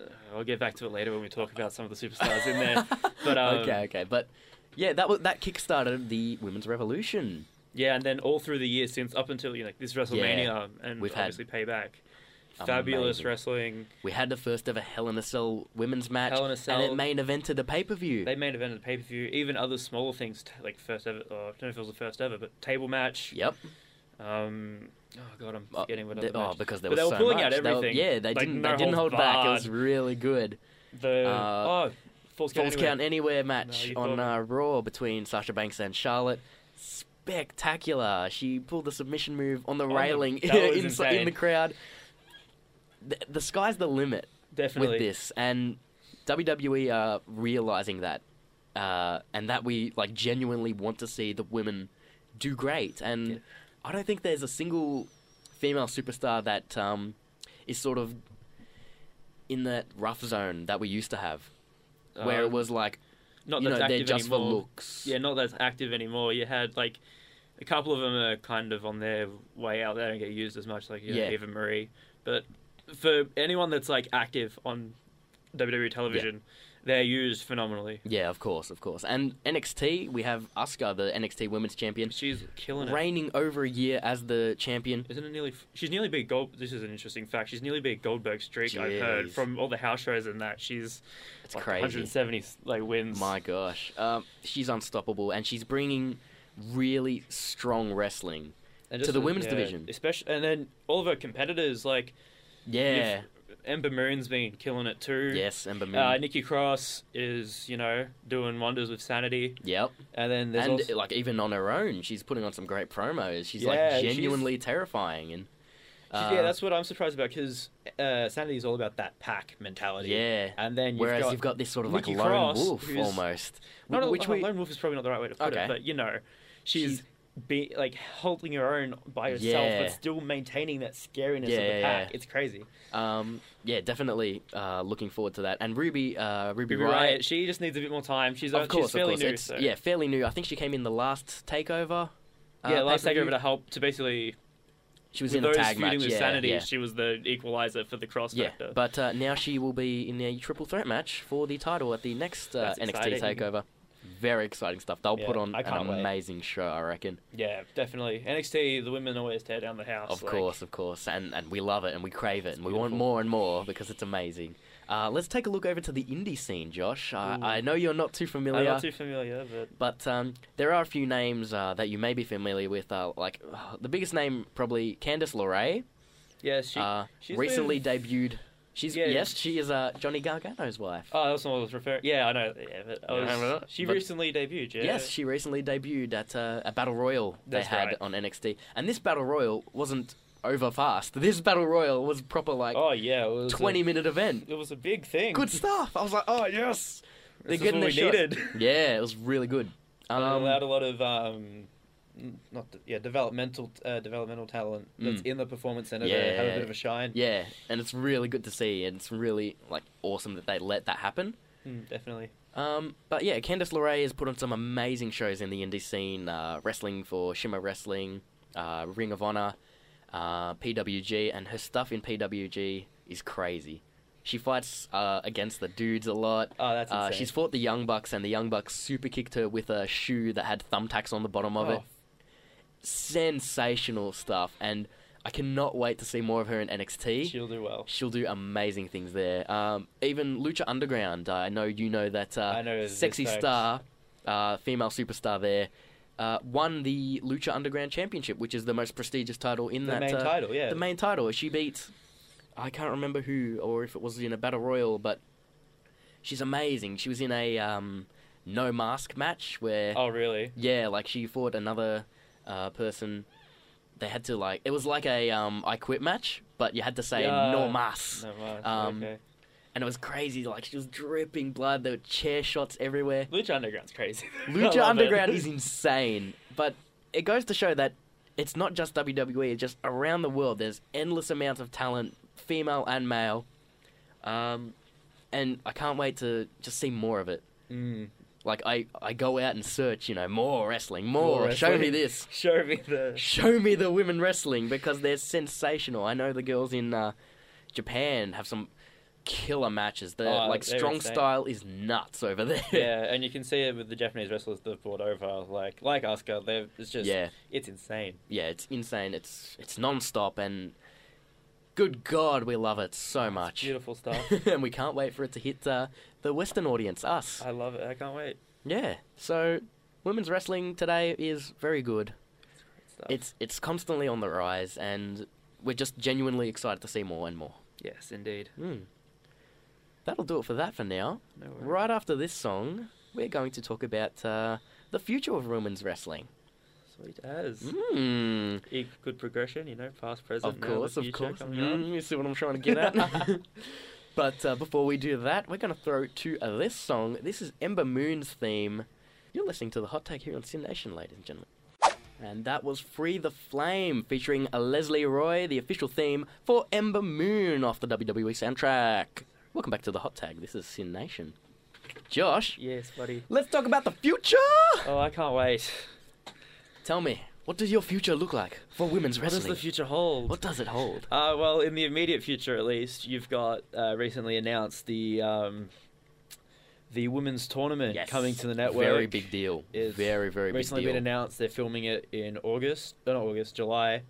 [SPEAKER 2] uh, I'll get back to it later when we talk about some of the superstars in there. But um,
[SPEAKER 1] okay, okay, but yeah, that was that kickstarted the women's revolution.
[SPEAKER 2] Yeah, and then all through the years since up until you know this WrestleMania and
[SPEAKER 1] We've had
[SPEAKER 2] obviously Payback, fabulous
[SPEAKER 1] Amazing.
[SPEAKER 2] wrestling.
[SPEAKER 1] We had the first ever Hell in a Cell women's match,
[SPEAKER 2] Hell in a
[SPEAKER 1] and
[SPEAKER 2] Cell.
[SPEAKER 1] it main evented the pay per view.
[SPEAKER 2] They made event of the pay per view. Even other smaller things t- like first ever. Or I don't know if it was the first ever, but table match.
[SPEAKER 1] Yep.
[SPEAKER 2] Um. Oh god, I'm
[SPEAKER 1] Uh,
[SPEAKER 2] forgetting what
[SPEAKER 1] they-
[SPEAKER 2] other
[SPEAKER 1] oh,
[SPEAKER 2] match.
[SPEAKER 1] because there
[SPEAKER 2] But
[SPEAKER 1] was
[SPEAKER 2] they were
[SPEAKER 1] so
[SPEAKER 2] pulling
[SPEAKER 1] much.
[SPEAKER 2] out
[SPEAKER 1] They were-
[SPEAKER 2] everything.
[SPEAKER 1] yeah, they
[SPEAKER 2] Like,
[SPEAKER 1] didn't.
[SPEAKER 2] no
[SPEAKER 1] they didn't hold
[SPEAKER 2] holds
[SPEAKER 1] back. It was
[SPEAKER 2] barred.
[SPEAKER 1] really good.
[SPEAKER 2] The
[SPEAKER 1] uh,
[SPEAKER 2] oh, false count.
[SPEAKER 1] Falls
[SPEAKER 2] anywhere.
[SPEAKER 1] count anywhere match
[SPEAKER 2] you
[SPEAKER 1] on
[SPEAKER 2] thought-
[SPEAKER 1] uh, Raw between Sasha Banks and Charlotte. Spectacular! She pulled the submission move on the
[SPEAKER 2] the-
[SPEAKER 1] railing
[SPEAKER 2] Oh, that was
[SPEAKER 1] in, in
[SPEAKER 2] insane.
[SPEAKER 1] the crowd. The, the sky's the limit with
[SPEAKER 2] Definitely.
[SPEAKER 1] this, and WWE are realizing that, uh, and that we like genuinely want to see the women do great. And
[SPEAKER 2] Yeah.
[SPEAKER 1] I don't think there's a single female superstar that um, is sort of in that rough zone that we used to have, where it
[SPEAKER 2] Um,
[SPEAKER 1] was like
[SPEAKER 2] not
[SPEAKER 1] you
[SPEAKER 2] that's
[SPEAKER 1] know they're
[SPEAKER 2] active
[SPEAKER 1] just
[SPEAKER 2] anymore.
[SPEAKER 1] for looks.
[SPEAKER 2] Yeah, not that's active anymore. You had like a couple of them are kind of on their way out. They don't get used as much, like you know,
[SPEAKER 1] Yeah.
[SPEAKER 2] Eva Marie. But for anyone that's like active on WWE E television, they're used phenomenally.
[SPEAKER 1] Yeah, of course, of course. And NXT, we have Asuka, the NXT Women's Champion,
[SPEAKER 2] She's killing it.
[SPEAKER 1] reigning over a year as the champion.
[SPEAKER 2] Isn't it nearly? f- She's nearly beat Gold. This is an interesting fact. She's nearly beat Goldberg streak. I've heard
[SPEAKER 1] Jeez.
[SPEAKER 2] from all the house shows and that she's
[SPEAKER 1] It's
[SPEAKER 2] like
[SPEAKER 1] crazy.
[SPEAKER 2] 170 like wins.
[SPEAKER 1] My gosh, um, she's unstoppable, and she's bringing really strong wrestling.
[SPEAKER 2] And
[SPEAKER 1] to
[SPEAKER 2] just
[SPEAKER 1] the
[SPEAKER 2] with-
[SPEAKER 1] women's
[SPEAKER 2] yeah,
[SPEAKER 1] division.
[SPEAKER 2] especially, and then all of her competitors like
[SPEAKER 1] Yeah.
[SPEAKER 2] Ember Moon's been killing it too.
[SPEAKER 1] yes, Ember Moon.
[SPEAKER 2] Uh, Nikki Cross is, you know, doing wonders with sanity,
[SPEAKER 1] yep.
[SPEAKER 2] and then there's
[SPEAKER 1] And
[SPEAKER 2] also,
[SPEAKER 1] like even on her own, she's putting on some great promos. She's
[SPEAKER 2] Yeah,
[SPEAKER 1] like
[SPEAKER 2] she's-
[SPEAKER 1] genuinely terrifying, and uh,
[SPEAKER 2] yeah, that's what I'm surprised about because uh, sanity is all about that pack mentality.
[SPEAKER 1] uh, yeah.
[SPEAKER 2] and then you've
[SPEAKER 1] Whereas
[SPEAKER 2] got,
[SPEAKER 1] you've got this sort of
[SPEAKER 2] Nikki
[SPEAKER 1] like lone
[SPEAKER 2] Cross,
[SPEAKER 1] wolf
[SPEAKER 2] who's-
[SPEAKER 1] almost,
[SPEAKER 2] not a,
[SPEAKER 1] which
[SPEAKER 2] oh,
[SPEAKER 1] we
[SPEAKER 2] lone wolf is probably not the right way to put
[SPEAKER 1] Okay.
[SPEAKER 2] it, but you know, she's,
[SPEAKER 1] She's-
[SPEAKER 2] be like holding her own by herself,
[SPEAKER 1] Yeah.
[SPEAKER 2] but still maintaining that scariness
[SPEAKER 1] Yeah,
[SPEAKER 2] of the
[SPEAKER 1] yeah,
[SPEAKER 2] pack.
[SPEAKER 1] yeah.
[SPEAKER 2] It's crazy.
[SPEAKER 1] Um, yeah, definitely uh, looking forward to that. And Ruby, uh, Ruby,
[SPEAKER 2] Ruby
[SPEAKER 1] Riot,
[SPEAKER 2] Riot, she just needs a bit more time. She's, uh,
[SPEAKER 1] of course,
[SPEAKER 2] she's fairly
[SPEAKER 1] of course,
[SPEAKER 2] new.
[SPEAKER 1] it's
[SPEAKER 2] so.
[SPEAKER 1] yeah, fairly new. I think she came in the last takeover. uh,
[SPEAKER 2] yeah. Last
[SPEAKER 1] pay-per-view.
[SPEAKER 2] takeover to help to basically
[SPEAKER 1] She was
[SPEAKER 2] with
[SPEAKER 1] in the
[SPEAKER 2] those
[SPEAKER 1] tag
[SPEAKER 2] feuding
[SPEAKER 1] match.
[SPEAKER 2] with
[SPEAKER 1] yeah,
[SPEAKER 2] sanity.
[SPEAKER 1] yeah.
[SPEAKER 2] She was the equalizer for the cross
[SPEAKER 1] Yeah,
[SPEAKER 2] factor.
[SPEAKER 1] but uh, now she will be in a triple threat match for the title at the next uh,
[SPEAKER 2] That's
[SPEAKER 1] NXT
[SPEAKER 2] exciting.
[SPEAKER 1] Takeover. Very exciting stuff. They'll
[SPEAKER 2] Yeah,
[SPEAKER 1] put on
[SPEAKER 2] I can't
[SPEAKER 1] an
[SPEAKER 2] wait.
[SPEAKER 1] amazing show, I reckon.
[SPEAKER 2] yeah, definitely. NXT, the women always tear down the house.
[SPEAKER 1] Of
[SPEAKER 2] like-
[SPEAKER 1] course, of course, and and we love it, and we crave it, and we want
[SPEAKER 2] beautiful.
[SPEAKER 1] more and more because it's amazing. Uh, let's take a look over to the indie scene, Josh. Uh,
[SPEAKER 2] Ooh.
[SPEAKER 1] I know you're not too
[SPEAKER 2] I'm
[SPEAKER 1] familiar.
[SPEAKER 2] not too familiar, but
[SPEAKER 1] But um, there are a few names uh, that you may be familiar with. Uh, like uh, the biggest name, probably Candice LeRae,
[SPEAKER 2] yeah, she.
[SPEAKER 1] uh,
[SPEAKER 2] she's
[SPEAKER 1] recently
[SPEAKER 2] with-
[SPEAKER 1] debuted. She's
[SPEAKER 2] Yeah.
[SPEAKER 1] yes, she is uh, Johnny Gargano's wife.
[SPEAKER 2] Oh, that's not what I was referring. Yeah, I know. Yeah, but I
[SPEAKER 1] Yeah,
[SPEAKER 2] was-
[SPEAKER 1] remember that?
[SPEAKER 2] she
[SPEAKER 1] But-
[SPEAKER 2] recently debuted. Yeah.
[SPEAKER 1] Yes, she recently debuted at uh, a battle royal they
[SPEAKER 2] That's
[SPEAKER 1] had
[SPEAKER 2] right.
[SPEAKER 1] on NXT, and this battle royal wasn't over fast. This battle royal was proper like
[SPEAKER 2] oh yeah, it was a-
[SPEAKER 1] 20 minute event.
[SPEAKER 2] It was a big thing.
[SPEAKER 1] Good stuff. I was like, oh yes,
[SPEAKER 2] This is
[SPEAKER 1] getting
[SPEAKER 2] what we
[SPEAKER 1] their shot.
[SPEAKER 2] needed.
[SPEAKER 1] yeah, it was really good.
[SPEAKER 2] Um, allowed
[SPEAKER 1] Um,
[SPEAKER 2] a lot of um, n- not de- yeah developmental uh, developmental talent that's
[SPEAKER 1] Mm.
[SPEAKER 2] in the performance center to
[SPEAKER 1] Yeah.
[SPEAKER 2] have a bit of a shine.
[SPEAKER 1] yeah, and it's really good to see, and it's really like awesome that they let that happen.
[SPEAKER 2] Mm, definitely.
[SPEAKER 1] Um, but yeah, Candice LeRae has put on some amazing shows in the indie scene, uh, wrestling for Shimmer Wrestling, uh, Ring of Honor, uh, PWG, and her stuff in PWG is crazy. She fights uh, against the dudes a lot.
[SPEAKER 2] Oh, that's insane.
[SPEAKER 1] Uh, she's fought the Young Bucks, and the Young Bucks super kicked her with a shoe that had thumbtacks on the bottom of it.
[SPEAKER 2] Oh,
[SPEAKER 1] Sensational stuff, and I cannot wait to see more of her in NXT.
[SPEAKER 2] She'll do well.
[SPEAKER 1] She'll do amazing things there. Um, even Lucha Underground. Uh, I know you know that uh,
[SPEAKER 2] I know they're
[SPEAKER 1] sexy
[SPEAKER 2] stoked.
[SPEAKER 1] star, uh, female superstar there, uh, won the Lucha Underground Championship, which is the most prestigious title in
[SPEAKER 2] The
[SPEAKER 1] that.
[SPEAKER 2] main
[SPEAKER 1] uh,
[SPEAKER 2] title, yeah.
[SPEAKER 1] The main title. She beat. I can't remember who, or if it was in a battle royal, but she's amazing. She was in a um, no mask match where
[SPEAKER 2] oh, really?
[SPEAKER 1] yeah, like she fought another uh, person. They had to like it was like a um, I quit match, but you had to say
[SPEAKER 2] Yeah.
[SPEAKER 1] no mas,
[SPEAKER 2] No, mind.
[SPEAKER 1] Um,
[SPEAKER 2] okay.
[SPEAKER 1] and it was crazy. Like she was dripping blood. There were chair shots everywhere.
[SPEAKER 2] Lucha Underground's crazy. I love
[SPEAKER 1] Lucha
[SPEAKER 2] it.
[SPEAKER 1] Underground is insane, but it goes to show that it's not just WWE. It's just around the world. There's endless amounts of talent, female and male, um, and I can't wait to just see more of it.
[SPEAKER 2] Mm.
[SPEAKER 1] Like I, I go out and search, you know, more wrestling, more. Show me
[SPEAKER 2] wrestling.
[SPEAKER 1] this.
[SPEAKER 2] Show me the.
[SPEAKER 1] show me the women wrestling because they're sensational. I know the girls in uh, Japan have some killer matches. The
[SPEAKER 2] Oh,
[SPEAKER 1] like
[SPEAKER 2] they're
[SPEAKER 1] strong
[SPEAKER 2] insane.
[SPEAKER 1] style is nuts over there.
[SPEAKER 2] Yeah, and you can see it with the Japanese wrestlers they've brought over, like like Asuka. They're it's just
[SPEAKER 1] yeah,
[SPEAKER 2] it's insane.
[SPEAKER 1] yeah, it's insane. It's it's non-stop and good god, we love it so
[SPEAKER 2] It's
[SPEAKER 1] much.
[SPEAKER 2] beautiful stuff.
[SPEAKER 1] and we can't wait for it to hit uh, the western audience, us.
[SPEAKER 2] I love it. I can't wait.
[SPEAKER 1] yeah. So women's wrestling today is very good.
[SPEAKER 2] It's great stuff.
[SPEAKER 1] It's it's constantly on the rise and we're just genuinely excited to see more and more.
[SPEAKER 2] yes, indeed.
[SPEAKER 1] Hmm. That'll do it for that for now.
[SPEAKER 2] No worries.
[SPEAKER 1] Right after this song, we're going to talk about uh, the future of women's wrestling.
[SPEAKER 2] Sweet as.
[SPEAKER 1] Mm.
[SPEAKER 2] E- good progression, you know, past, present,
[SPEAKER 1] Of
[SPEAKER 2] now, the
[SPEAKER 1] course, of
[SPEAKER 2] future
[SPEAKER 1] course.
[SPEAKER 2] coming up.
[SPEAKER 1] Mm, you see what I'm trying to get at? but uh, before we do that, we're going to throw to uh, this song. This is Ember Moon's theme. You're listening to the Hot Take here on Sin Nation, ladies and gentlemen. And that was Free the Flame featuring uh, Leslie Roy, the official theme for Ember Moon off the WWE soundtrack. Welcome back to the Hot Tag. This is Sin Nation. Josh,
[SPEAKER 2] Yes, buddy.
[SPEAKER 1] let's talk about the future.
[SPEAKER 2] Oh, I can't wait.
[SPEAKER 1] Tell me, what does your future look like for women's
[SPEAKER 2] What does
[SPEAKER 1] wrestling?
[SPEAKER 2] the future hold?
[SPEAKER 1] what does it hold?
[SPEAKER 2] Uh, well, in the immediate future, at least, you've got uh, recently announced the um, the women's tournament
[SPEAKER 1] Yes.
[SPEAKER 2] coming to the network.
[SPEAKER 3] Very big deal.
[SPEAKER 2] It's
[SPEAKER 3] Very, very big
[SPEAKER 2] recently
[SPEAKER 3] deal.
[SPEAKER 2] been announced they're filming it in August, no, not August, July,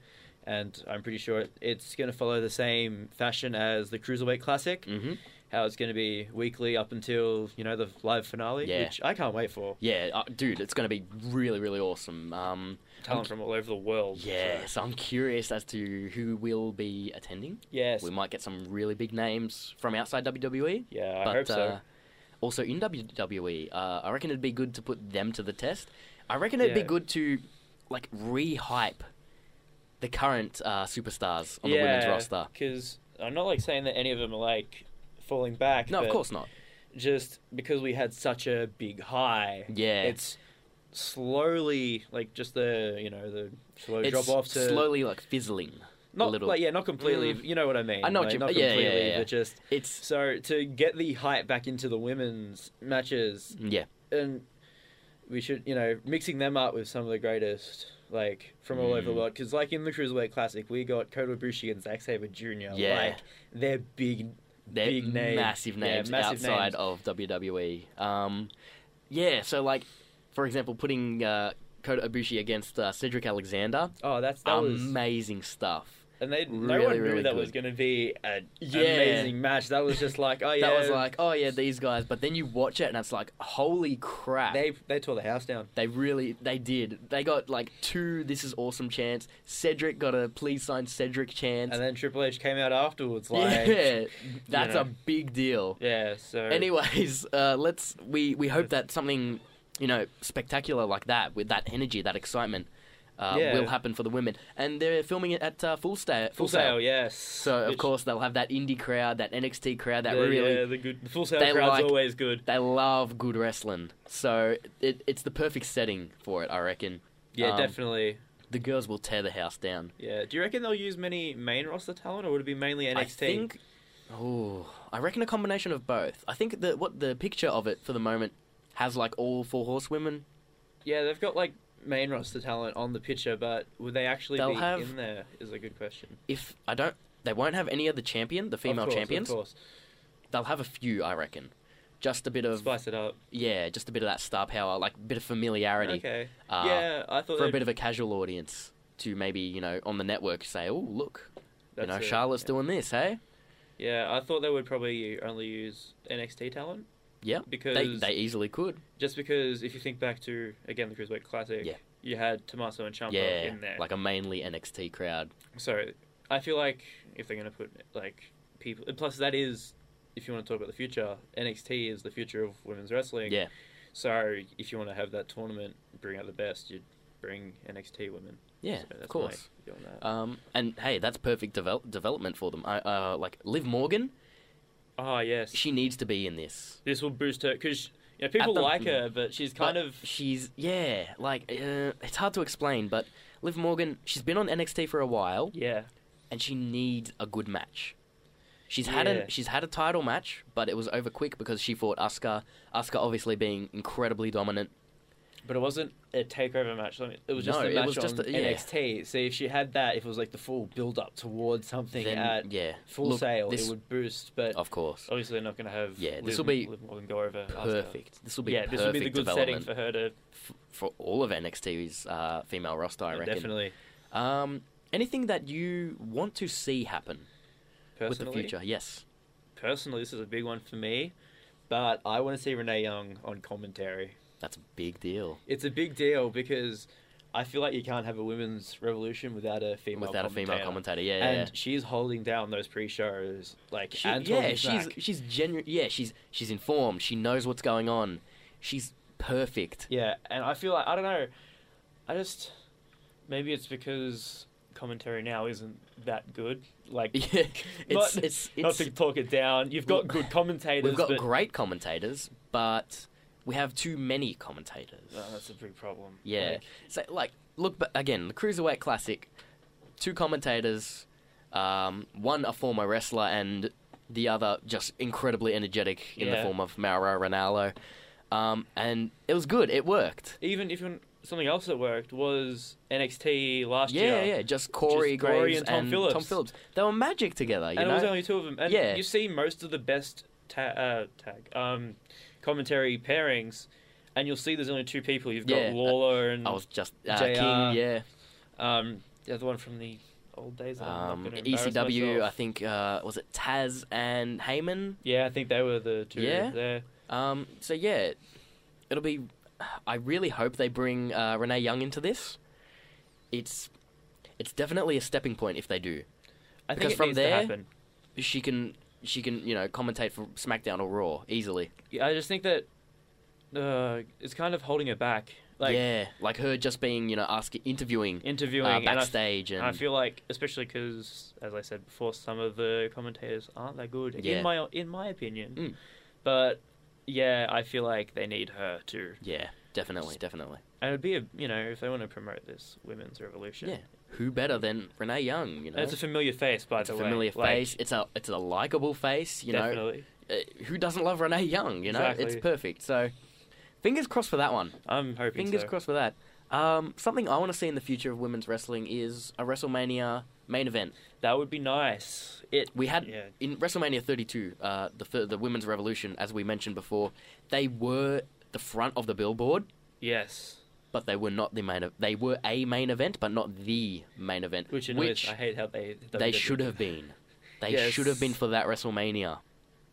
[SPEAKER 2] and I'm pretty sure it- it's going to follow the same fashion as the Cruiserweight Classic.
[SPEAKER 1] Mm-hmm.
[SPEAKER 2] How it's going to be weekly up until you know the live finale,
[SPEAKER 3] Yeah.
[SPEAKER 2] which I can't wait for.
[SPEAKER 1] Yeah, uh, dude, it's going to be really, really awesome. Um,
[SPEAKER 2] Talent from all over the world. so-
[SPEAKER 1] yeah, so I'm curious as to who will be attending.
[SPEAKER 2] Yes.
[SPEAKER 1] We might get some really big names from outside WWE.
[SPEAKER 2] Yeah, I hope so.
[SPEAKER 1] Uh, also in WWE, uh, I reckon it'd be good to put them to the test. I reckon it'd
[SPEAKER 2] Yeah.
[SPEAKER 1] be good to like re-hype the current uh, superstars on the women's roster.
[SPEAKER 2] Because I'm not like saying that any of them are like falling back.
[SPEAKER 1] No, of
[SPEAKER 2] but
[SPEAKER 1] course not.
[SPEAKER 2] Just because we had such a big high.
[SPEAKER 1] Yeah.
[SPEAKER 2] It's slowly like just the you know the slow
[SPEAKER 1] It's
[SPEAKER 2] drop off to
[SPEAKER 1] slowly like fizzling
[SPEAKER 2] not
[SPEAKER 1] a little.
[SPEAKER 2] like yeah not completely.
[SPEAKER 1] Mm.
[SPEAKER 2] You know what I mean?
[SPEAKER 1] I know what
[SPEAKER 2] like,
[SPEAKER 1] you-
[SPEAKER 2] not
[SPEAKER 1] yeah, yeah,
[SPEAKER 2] completely,
[SPEAKER 1] yeah.
[SPEAKER 2] but just
[SPEAKER 1] It's
[SPEAKER 2] so to get the hype back into the women's matches
[SPEAKER 1] yeah,
[SPEAKER 2] and we should you know mixing them up with some of the greatest like from all over the
[SPEAKER 1] Mm.
[SPEAKER 2] world because like in the cruiserweight classic we got Kota Ibushi and Zack Saber Jr.
[SPEAKER 1] Yeah.
[SPEAKER 2] like they're big
[SPEAKER 1] they're
[SPEAKER 2] big names
[SPEAKER 1] massive
[SPEAKER 2] Yeah,
[SPEAKER 1] names
[SPEAKER 2] massive
[SPEAKER 1] outside
[SPEAKER 2] names.
[SPEAKER 1] of WWE. Um, yeah, so like for example, putting uh, Kota Ibushi against uh, Cedric Alexander,
[SPEAKER 2] oh that's that was
[SPEAKER 1] amazing stuff.
[SPEAKER 2] and they no
[SPEAKER 1] really,
[SPEAKER 2] one knew
[SPEAKER 1] really
[SPEAKER 2] that was
[SPEAKER 1] good.
[SPEAKER 2] gonna be an
[SPEAKER 1] Yeah.
[SPEAKER 2] amazing match that was just like oh yeah
[SPEAKER 1] that was like, oh yeah, these guys. But then you watch it and it's like, holy crap! They
[SPEAKER 2] they they tore the house down
[SPEAKER 1] they really they did. They got like two. This is awesome chance. Cedric got a please sign Cedric chance.
[SPEAKER 2] and then Triple H came out afterwards like yeah,
[SPEAKER 1] yeah, that's
[SPEAKER 2] know.
[SPEAKER 1] a big deal.
[SPEAKER 2] so
[SPEAKER 1] Anyways, uh, let's we we hope that something you know spectacular like that with that energy, that excitement, uh,
[SPEAKER 2] Yeah.
[SPEAKER 1] will happen for the women. And they're filming it at uh, Full Sail.
[SPEAKER 2] full sale yes
[SPEAKER 1] So of
[SPEAKER 2] Which-
[SPEAKER 1] course they'll have that indie crowd, that NXT crowd, that
[SPEAKER 2] the,
[SPEAKER 1] really
[SPEAKER 2] yeah, the good the full sale
[SPEAKER 1] they
[SPEAKER 2] crowd's
[SPEAKER 1] like-
[SPEAKER 2] always good
[SPEAKER 1] They love good wrestling, so it, it's the perfect setting for it, I reckon.
[SPEAKER 2] yeah
[SPEAKER 1] um,
[SPEAKER 2] definitely
[SPEAKER 1] The girls will tear the house down.
[SPEAKER 2] Yeah. Do you reckon they'll use many main roster talent, or would it be mainly NXT?
[SPEAKER 1] I think. Oh, I reckon a combination of both. I think that what the picture of it for the moment has like all four horsewomen.
[SPEAKER 2] Yeah, they've got like main roster talent on the picture, but would they actually
[SPEAKER 1] They'll
[SPEAKER 2] be
[SPEAKER 1] have-
[SPEAKER 2] in there? Is a good question.
[SPEAKER 1] If I don't, they won't have any of the champion, the female
[SPEAKER 2] Of course,
[SPEAKER 1] champions.
[SPEAKER 2] Of course.
[SPEAKER 1] They'll have a few, I reckon. Just a bit of
[SPEAKER 2] Spice it up.
[SPEAKER 1] yeah, just a bit of that star power, like a bit of familiarity
[SPEAKER 2] Okay.
[SPEAKER 1] uh,
[SPEAKER 2] yeah, I thought
[SPEAKER 1] for a
[SPEAKER 2] they'd-
[SPEAKER 1] bit of a casual audience to maybe you know on the network say, oh look,
[SPEAKER 2] that's
[SPEAKER 1] you know
[SPEAKER 2] it,
[SPEAKER 1] Charlotte's
[SPEAKER 2] yeah.
[SPEAKER 1] doing this, hey.
[SPEAKER 2] Yeah, I thought they would probably only use NXT talent.
[SPEAKER 1] Yeah,
[SPEAKER 2] Because
[SPEAKER 1] They, they easily could.
[SPEAKER 2] just because if you think back to again the Cruiserweight Classic,
[SPEAKER 1] Yeah.
[SPEAKER 2] you had Tommaso and Ciampa
[SPEAKER 1] yeah,
[SPEAKER 2] in there.
[SPEAKER 1] like a mainly NXT crowd.
[SPEAKER 2] So I feel like if they're going to put like people, and plus that is, if you want to talk about the future, NXT is the future of women's wrestling.
[SPEAKER 1] Yeah.
[SPEAKER 2] So if you want to have that tournament, bring out the best, you'd bring NXT women.
[SPEAKER 1] Yeah,
[SPEAKER 2] so
[SPEAKER 1] of course.
[SPEAKER 2] my view on that.
[SPEAKER 1] Um, and hey, that's perfect devel- development for them. I, uh, like Liv Morgan,
[SPEAKER 2] Ah, yes.
[SPEAKER 1] she needs to be in this.
[SPEAKER 2] this will boost her because you know, people
[SPEAKER 1] the-
[SPEAKER 2] like her, but she's kind
[SPEAKER 1] But
[SPEAKER 2] of
[SPEAKER 1] She's yeah, like uh, it's hard to explain, but Liv Morgan, she's been on NXT for a while,
[SPEAKER 2] yeah.
[SPEAKER 1] and she needs a good match. She's had
[SPEAKER 2] Yeah.
[SPEAKER 1] a she's had a title match, but it was over quick because she fought Asuka. Asuka obviously being incredibly dominant.
[SPEAKER 2] But it wasn't a takeover match. like, It was just
[SPEAKER 1] No,
[SPEAKER 2] a
[SPEAKER 1] it
[SPEAKER 2] match
[SPEAKER 1] was just
[SPEAKER 2] on
[SPEAKER 1] a- yeah.
[SPEAKER 2] NXT. So if she had that, if it was like the full build up towards something
[SPEAKER 1] Then,
[SPEAKER 2] at
[SPEAKER 1] yeah,
[SPEAKER 2] full
[SPEAKER 1] look,
[SPEAKER 2] sale,
[SPEAKER 1] this-
[SPEAKER 2] it would boost. But
[SPEAKER 1] of course,
[SPEAKER 2] Obviously, they're not going to have.
[SPEAKER 1] Yeah, this
[SPEAKER 2] Liv-
[SPEAKER 1] will be
[SPEAKER 2] Liv Morgan go over. Asuka.
[SPEAKER 1] perfect. This will be
[SPEAKER 2] yeah,
[SPEAKER 1] perfect
[SPEAKER 2] this will be the good setting
[SPEAKER 1] development.
[SPEAKER 2] for her to.
[SPEAKER 1] f- for all of NXT's uh, female roster, I reckon.
[SPEAKER 2] Definitely.
[SPEAKER 1] Um, anything that you want to see happen
[SPEAKER 2] Personally,
[SPEAKER 1] with the future? Yes.
[SPEAKER 2] personally, this is a big one for me, but I want to see Renee Young on commentary.
[SPEAKER 1] That's a big deal.
[SPEAKER 2] It's a big deal because I feel like you can't have a women's revolution without a female
[SPEAKER 1] Without
[SPEAKER 2] commentator.
[SPEAKER 1] a female commentator, yeah, yeah,
[SPEAKER 2] And she's holding down those pre-shows, like
[SPEAKER 1] yeah. She-
[SPEAKER 2] and
[SPEAKER 1] yeah,
[SPEAKER 2] talking
[SPEAKER 1] she's
[SPEAKER 2] smack.
[SPEAKER 1] she's genuine. Yeah, she's she's informed. She knows what's going on. She's perfect.
[SPEAKER 2] Yeah, and I feel like I don't know. I just maybe it's because commentary now isn't that good. Like
[SPEAKER 1] Yeah, it's
[SPEAKER 2] Not-
[SPEAKER 1] it's,
[SPEAKER 2] not
[SPEAKER 1] it's
[SPEAKER 2] to talk it down. You've got
[SPEAKER 1] Look,
[SPEAKER 2] good commentators,
[SPEAKER 1] we've got
[SPEAKER 2] but
[SPEAKER 1] great commentators, but we have too many commentators.
[SPEAKER 2] Oh, that's a big problem.
[SPEAKER 1] Yeah.
[SPEAKER 2] Like,
[SPEAKER 1] so, like, look ba- again. The cruiserweight classic. Two commentators, um, one a former wrestler and the other just incredibly energetic in the
[SPEAKER 2] Yeah.
[SPEAKER 1] form of Mauro Ronaldo. Um, and it was good. It worked.
[SPEAKER 2] even if you- something else that worked was NXT last
[SPEAKER 1] Yeah,
[SPEAKER 2] year.
[SPEAKER 1] yeah. Just Corey
[SPEAKER 2] Corey
[SPEAKER 1] Graves
[SPEAKER 2] and Tom Phillips.
[SPEAKER 1] They were magic together. You
[SPEAKER 2] And it
[SPEAKER 1] know.
[SPEAKER 2] was only two of them. And
[SPEAKER 1] Yeah.
[SPEAKER 2] you see most of the best ta- uh, tag um, commentary pairings, and you'll see there's only two people. You've got
[SPEAKER 1] Yeah, uh,
[SPEAKER 2] Lawler and
[SPEAKER 1] I was just uh,
[SPEAKER 2] JR.
[SPEAKER 1] King, yeah.
[SPEAKER 2] um, the other one from the old days. I'm not
[SPEAKER 1] Um,
[SPEAKER 2] gonna Oh, embarrass
[SPEAKER 1] ECW, I
[SPEAKER 2] myself.
[SPEAKER 1] think uh, was it Taz and Heyman.
[SPEAKER 2] Yeah, I think they were the two
[SPEAKER 1] Yeah?
[SPEAKER 2] there.
[SPEAKER 1] Um, so yeah, it'll be. I really hope they bring uh, Renee Young into this. It's it's definitely a stepping point if they do.
[SPEAKER 2] I
[SPEAKER 1] Because
[SPEAKER 2] think it
[SPEAKER 1] from
[SPEAKER 2] needs
[SPEAKER 1] there-
[SPEAKER 2] to happen.
[SPEAKER 1] She can she can you know commentate for SmackDown or Raw easily.
[SPEAKER 2] Yeah, I just think that uh, it's kind of holding her back, like
[SPEAKER 1] yeah, like her just being you know asking interviewing,
[SPEAKER 2] interviewing
[SPEAKER 1] uh,
[SPEAKER 2] and I-
[SPEAKER 1] backstage and,
[SPEAKER 2] I feel like, especially because, as I said before, some of the commentators aren't that good
[SPEAKER 1] Yeah.
[SPEAKER 2] in my in my opinion.
[SPEAKER 1] Mm.
[SPEAKER 2] But yeah, I feel like they need her too.
[SPEAKER 1] yeah, definitely, definitely.
[SPEAKER 2] And it'd be a you know if they want to promote this women's revolution.
[SPEAKER 1] Yeah. Who better than Renee Young? You know,
[SPEAKER 2] And it's a familiar face by
[SPEAKER 1] It's
[SPEAKER 2] the
[SPEAKER 1] a
[SPEAKER 2] way.
[SPEAKER 1] familiar
[SPEAKER 2] like,
[SPEAKER 1] face. It's a it's a likable face. You know,
[SPEAKER 2] definitely.
[SPEAKER 1] uh, who doesn't love Renee Young? You know, it's
[SPEAKER 2] Exactly.
[SPEAKER 1] perfect. So, fingers crossed for that one.
[SPEAKER 2] I'm hoping
[SPEAKER 1] Fingers
[SPEAKER 2] so.
[SPEAKER 1] crossed for that. Um, something I want to see in the future of women's wrestling is a WrestleMania main event.
[SPEAKER 2] That would be nice. It
[SPEAKER 1] We had
[SPEAKER 2] yeah
[SPEAKER 1] in WrestleMania 32, uh, the fir- the women's revolution, as we mentioned before, they were the front of the billboard,
[SPEAKER 2] yes,
[SPEAKER 1] but they were not the main. ev- They were a main event, but not the main event,
[SPEAKER 2] which annoys. I hate how they
[SPEAKER 1] they should have been. They
[SPEAKER 2] Yes.
[SPEAKER 1] should have been for that WrestleMania.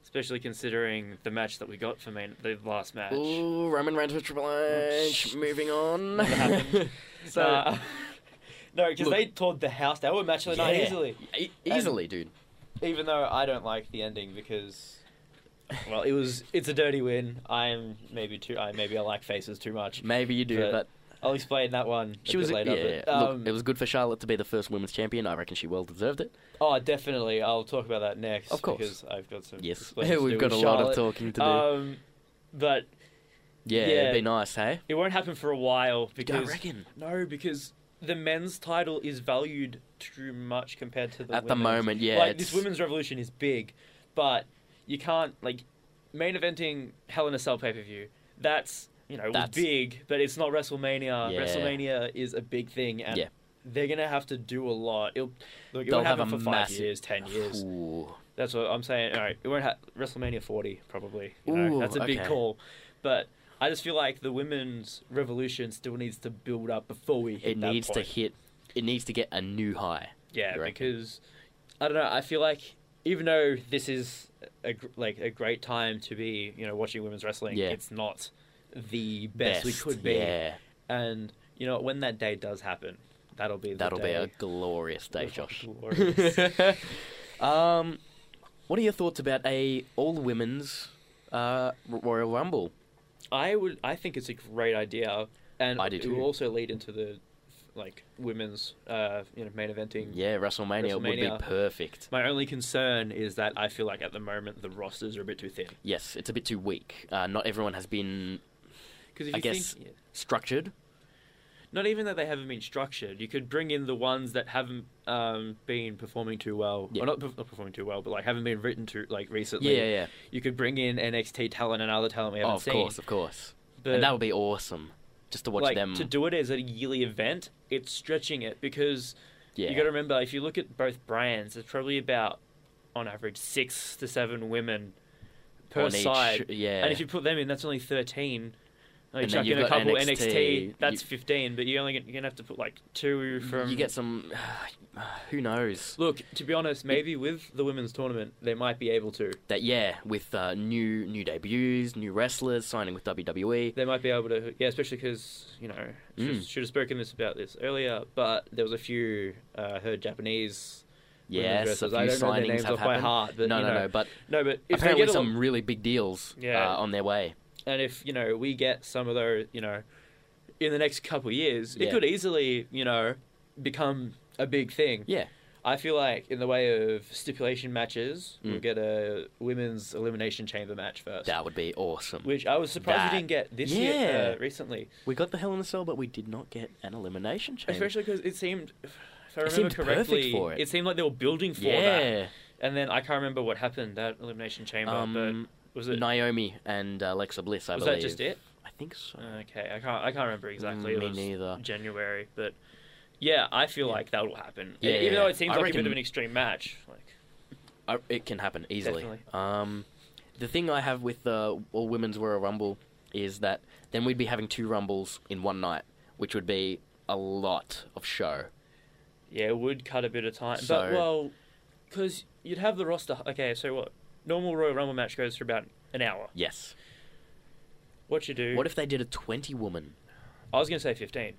[SPEAKER 2] especially considering the match that we got for main the last match.
[SPEAKER 1] Ooh, Roman Reigns with Triple H. Moving on.
[SPEAKER 2] Never happened.
[SPEAKER 1] so
[SPEAKER 2] Nah. no, because
[SPEAKER 1] Look.
[SPEAKER 2] they tore the house down. We're matching the
[SPEAKER 1] Yeah.
[SPEAKER 2] night easily. Um,
[SPEAKER 1] e- easily, dude.
[SPEAKER 2] Even though I don't like the ending because, well, it was it's a dirty win. I'm maybe too. I maybe I like faces too much.
[SPEAKER 1] Maybe you do,
[SPEAKER 2] But-
[SPEAKER 1] but
[SPEAKER 2] I'll explain that one.
[SPEAKER 1] She was
[SPEAKER 2] later.
[SPEAKER 1] yeah,
[SPEAKER 2] but,
[SPEAKER 1] yeah.
[SPEAKER 2] um,
[SPEAKER 1] Look, it was good for Charlotte to be the first women's champion. I reckon she well deserved it.
[SPEAKER 2] Oh, definitely. I'll talk about that next.
[SPEAKER 1] Of course.
[SPEAKER 2] because I've got some.
[SPEAKER 1] Yes,
[SPEAKER 2] explaining to
[SPEAKER 1] we've
[SPEAKER 2] do
[SPEAKER 1] got a
[SPEAKER 2] with
[SPEAKER 1] lot of
[SPEAKER 2] Charlotte.
[SPEAKER 1] talking to do.
[SPEAKER 2] Um, but
[SPEAKER 1] yeah,
[SPEAKER 2] yeah.
[SPEAKER 1] it'd be nice, hey?
[SPEAKER 2] it won't happen for a while
[SPEAKER 1] I
[SPEAKER 2] because
[SPEAKER 1] reckon
[SPEAKER 2] no, because the men's title is valued too much compared to the
[SPEAKER 1] at the
[SPEAKER 2] women's.
[SPEAKER 1] moment, yeah,
[SPEAKER 2] like this
[SPEAKER 1] it's-
[SPEAKER 2] women's revolution is big, but you can't like main eventing Hell in a Cell pay per view. That's you know
[SPEAKER 1] That's-
[SPEAKER 2] was big, but it's not WrestleMania.
[SPEAKER 1] Yeah.
[SPEAKER 2] WrestleMania is a big thing, and
[SPEAKER 1] Yeah.
[SPEAKER 2] they're gonna have to do a lot. It'll look, it
[SPEAKER 1] They'll
[SPEAKER 2] won't
[SPEAKER 1] have
[SPEAKER 2] happen
[SPEAKER 1] a
[SPEAKER 2] for five
[SPEAKER 1] massive-
[SPEAKER 2] years, ten years.
[SPEAKER 1] Ooh.
[SPEAKER 2] That's what I'm saying. All right, it won't ha- WrestleMania 40 probably. You know,
[SPEAKER 1] Ooh,
[SPEAKER 2] that's a big
[SPEAKER 1] okay.
[SPEAKER 2] call, but. I just feel like the women's revolution still needs to build up before we hit
[SPEAKER 1] it
[SPEAKER 2] that
[SPEAKER 1] needs
[SPEAKER 2] point.
[SPEAKER 1] to hit. It needs to get a new high.
[SPEAKER 2] Yeah,
[SPEAKER 1] You reckon?
[SPEAKER 2] because I don't know. I feel like even though this is a gr- like a great time to be, you know, watching women's wrestling,
[SPEAKER 1] Yeah.
[SPEAKER 2] it's not the best, we could be.
[SPEAKER 1] Yeah,
[SPEAKER 2] And you know, when that day does happen, that'll be the
[SPEAKER 1] that'll be a
[SPEAKER 2] day.
[SPEAKER 1] glorious day,
[SPEAKER 2] It'll be
[SPEAKER 1] Josh.
[SPEAKER 2] glorious.
[SPEAKER 1] um, what are your thoughts about a all women's uh, Royal Rumble?
[SPEAKER 2] I would. I think it's a great idea, and
[SPEAKER 1] I do
[SPEAKER 2] it
[SPEAKER 1] too.
[SPEAKER 2] will also lead into the like women's uh, you know main eventing.
[SPEAKER 1] Yeah, WrestleMania, would be
[SPEAKER 2] WrestleMania.
[SPEAKER 1] perfect.
[SPEAKER 2] My only concern is that I feel like at the moment the rosters are a bit too thin.
[SPEAKER 1] Yes, it's a bit too weak. Uh, not everyone has been
[SPEAKER 2] Because if
[SPEAKER 1] I
[SPEAKER 2] you
[SPEAKER 1] guess-
[SPEAKER 2] think,
[SPEAKER 1] structured.
[SPEAKER 2] not even that they haven't been structured. You could bring in the ones that haven't um, been performing too well,
[SPEAKER 1] Yeah.
[SPEAKER 2] or not, perf- not performing too well, but like haven't been written to like
[SPEAKER 1] Yeah,
[SPEAKER 2] recently.
[SPEAKER 1] yeah, yeah.
[SPEAKER 2] You could bring in NXT talent and other talent we haven't
[SPEAKER 1] Oh, of
[SPEAKER 2] seen.
[SPEAKER 1] course, of course.
[SPEAKER 2] But
[SPEAKER 1] and that would be awesome, just to watch
[SPEAKER 2] like,
[SPEAKER 1] them.
[SPEAKER 2] to do it as a yearly event, it's stretching it because
[SPEAKER 1] yeah,
[SPEAKER 2] you got to remember if you look at both brands, it's probably about on average six to seven women per
[SPEAKER 1] on each-
[SPEAKER 2] side,
[SPEAKER 1] Yeah,
[SPEAKER 2] and if you put them in, that's only thirteen. Like
[SPEAKER 1] And then
[SPEAKER 2] chuck
[SPEAKER 1] you've
[SPEAKER 2] in a
[SPEAKER 1] got
[SPEAKER 2] couple
[SPEAKER 1] NXT,
[SPEAKER 2] NXT,
[SPEAKER 1] you-
[SPEAKER 2] that's fifteen, but you're only gonna, you're gonna have to put like two from.
[SPEAKER 1] you get some, who knows?
[SPEAKER 2] Look, to be honest, maybe with the women's tournament, they might be able to.
[SPEAKER 1] That yeah, with uh, new new debuts, new wrestlers signing with E. WWE.
[SPEAKER 2] They might be able to, yeah, especially because you know
[SPEAKER 1] Mm.
[SPEAKER 2] should, should have spoken this about this earlier, but there was a few uh, her Japanese. women's
[SPEAKER 1] Yes, a
[SPEAKER 2] wrestlers.
[SPEAKER 1] few
[SPEAKER 2] I don't know
[SPEAKER 1] signings
[SPEAKER 2] their names
[SPEAKER 1] have
[SPEAKER 2] off by
[SPEAKER 1] happened.
[SPEAKER 2] heart, but
[SPEAKER 1] no,
[SPEAKER 2] you
[SPEAKER 1] no,
[SPEAKER 2] know,
[SPEAKER 1] no. But
[SPEAKER 2] no, but if they
[SPEAKER 1] apparently,
[SPEAKER 2] get a-
[SPEAKER 1] some really big deals
[SPEAKER 2] Yeah.
[SPEAKER 1] uh, on their way.
[SPEAKER 2] and if you know we get some of those, you know, in the next couple of years,
[SPEAKER 1] Yeah.
[SPEAKER 2] it could easily, you know, become a big thing.
[SPEAKER 1] Yeah.
[SPEAKER 2] I feel like in the way of stipulation matches,
[SPEAKER 1] Mm.
[SPEAKER 2] we'll get a women's elimination chamber match first.
[SPEAKER 1] That would be awesome.
[SPEAKER 2] which I was surprised
[SPEAKER 1] That-
[SPEAKER 2] we didn't get this
[SPEAKER 1] Yeah.
[SPEAKER 2] year uh, recently,
[SPEAKER 1] We got the Hell in a Cell, but we did not get an elimination chamber.
[SPEAKER 2] especially because it seemed, if I
[SPEAKER 1] It
[SPEAKER 2] remember
[SPEAKER 1] seemed perfect
[SPEAKER 2] correctly,
[SPEAKER 1] for it.
[SPEAKER 2] it. seemed like they were building for that.
[SPEAKER 1] yeah,
[SPEAKER 2] And then I can't remember what happened that elimination chamber,
[SPEAKER 1] um,
[SPEAKER 2] but was it
[SPEAKER 1] Naomi and uh, Alexa Bliss, I
[SPEAKER 2] was
[SPEAKER 1] believe.
[SPEAKER 2] that just it?
[SPEAKER 1] I think so.
[SPEAKER 2] Okay, I can't I can't remember exactly.
[SPEAKER 1] Mm,
[SPEAKER 2] it
[SPEAKER 1] me
[SPEAKER 2] was
[SPEAKER 1] neither.
[SPEAKER 2] January, but yeah, I feel
[SPEAKER 1] Yeah.
[SPEAKER 2] like that will happen.
[SPEAKER 1] Yeah,
[SPEAKER 2] Yeah,
[SPEAKER 1] yeah,
[SPEAKER 2] even though it seems
[SPEAKER 1] I
[SPEAKER 2] like a
[SPEAKER 1] reckon-
[SPEAKER 2] bit of an extreme match, like
[SPEAKER 1] I, it can happen easily.
[SPEAKER 2] Definitely.
[SPEAKER 1] Um, the thing I have with the All Women's Royal Rumble is that then we'd be having two Rumbles in one night, which would be a lot of show.
[SPEAKER 2] Yeah, it would cut a bit of time.
[SPEAKER 1] So-
[SPEAKER 2] but, well, because you'd have the roster. Okay, so what? Normal Royal Rumble match goes for about an hour.
[SPEAKER 1] Yes.
[SPEAKER 2] What you do.
[SPEAKER 1] What if they did a 20 woman?
[SPEAKER 2] I was going to say 15,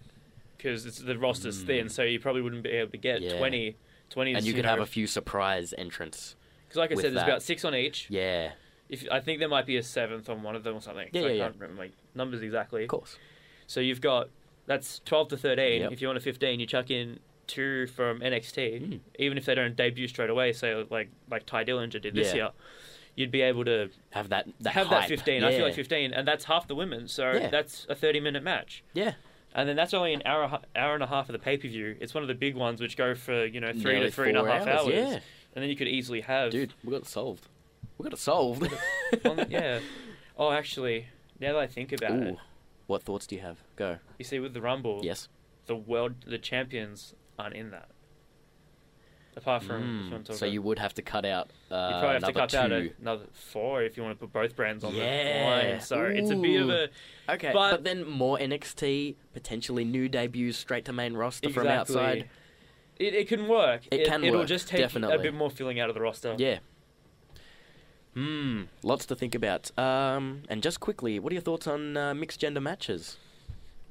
[SPEAKER 2] because the roster's
[SPEAKER 1] Mm.
[SPEAKER 2] thin, so you probably wouldn't be able to get
[SPEAKER 1] Yeah.
[SPEAKER 2] 20. 20 is,
[SPEAKER 1] And you could have a few surprise entrants.
[SPEAKER 2] Because, like I
[SPEAKER 1] with
[SPEAKER 2] said, there's
[SPEAKER 1] that.
[SPEAKER 2] about six on each.
[SPEAKER 1] Yeah,
[SPEAKER 2] If I think there might be a seventh on one of them or something. 'cause
[SPEAKER 1] Yeah,
[SPEAKER 2] I
[SPEAKER 1] yeah,
[SPEAKER 2] can't remember my numbers exactly.
[SPEAKER 1] of course.
[SPEAKER 2] So you've got that's 12 to 13.
[SPEAKER 1] Yep.
[SPEAKER 2] If you want a 15, you chuck in two from NXT,
[SPEAKER 1] Mm.
[SPEAKER 2] even if they don't debut straight away. So like like Ty Dillinger did this
[SPEAKER 1] Yeah.
[SPEAKER 2] year, you'd be able to
[SPEAKER 1] Have that, that
[SPEAKER 2] have that
[SPEAKER 1] hype.
[SPEAKER 2] 15. I
[SPEAKER 1] Yeah.
[SPEAKER 2] feel like 15, and that's half the women. So
[SPEAKER 1] Yeah.
[SPEAKER 2] that's a 30 minute match.
[SPEAKER 1] Yeah.
[SPEAKER 2] And then that's only an hour, hour and a half of the pay per view. It's one of the big ones which go for you know three
[SPEAKER 1] Nearly
[SPEAKER 2] to three and a
[SPEAKER 1] four
[SPEAKER 2] half hours.
[SPEAKER 1] Yeah.
[SPEAKER 2] And then you could easily have
[SPEAKER 1] Dude, we got it solved. We got it solved.
[SPEAKER 2] one- yeah. Oh, actually, now that I think about it,
[SPEAKER 1] Ooh. What thoughts do you have? Go.
[SPEAKER 2] you see with the Rumble,
[SPEAKER 1] Yes.
[SPEAKER 2] the world, the champions aren't in that. Apart from if you
[SPEAKER 1] Mm,
[SPEAKER 2] want to talk
[SPEAKER 1] So
[SPEAKER 2] about-
[SPEAKER 1] you would have to cut out uh,
[SPEAKER 2] you probably have to
[SPEAKER 1] another
[SPEAKER 2] cut
[SPEAKER 1] two.
[SPEAKER 2] out another four if you want to put both brands on the
[SPEAKER 1] Yeah.
[SPEAKER 2] line. So it's a bit of
[SPEAKER 1] Ooh.
[SPEAKER 2] a
[SPEAKER 1] Okay, but,
[SPEAKER 2] But-
[SPEAKER 1] then more NXT, potentially new debuts straight to main roster from
[SPEAKER 2] Exactly.
[SPEAKER 1] outside.
[SPEAKER 2] It, it can work.
[SPEAKER 1] It can
[SPEAKER 2] It'll
[SPEAKER 1] work,
[SPEAKER 2] just take
[SPEAKER 1] definitely.
[SPEAKER 2] a bit more filling out of the roster.
[SPEAKER 1] Yeah. Hmm, lots to think about. Um, and just quickly, what are your thoughts on uh, mixed gender matches?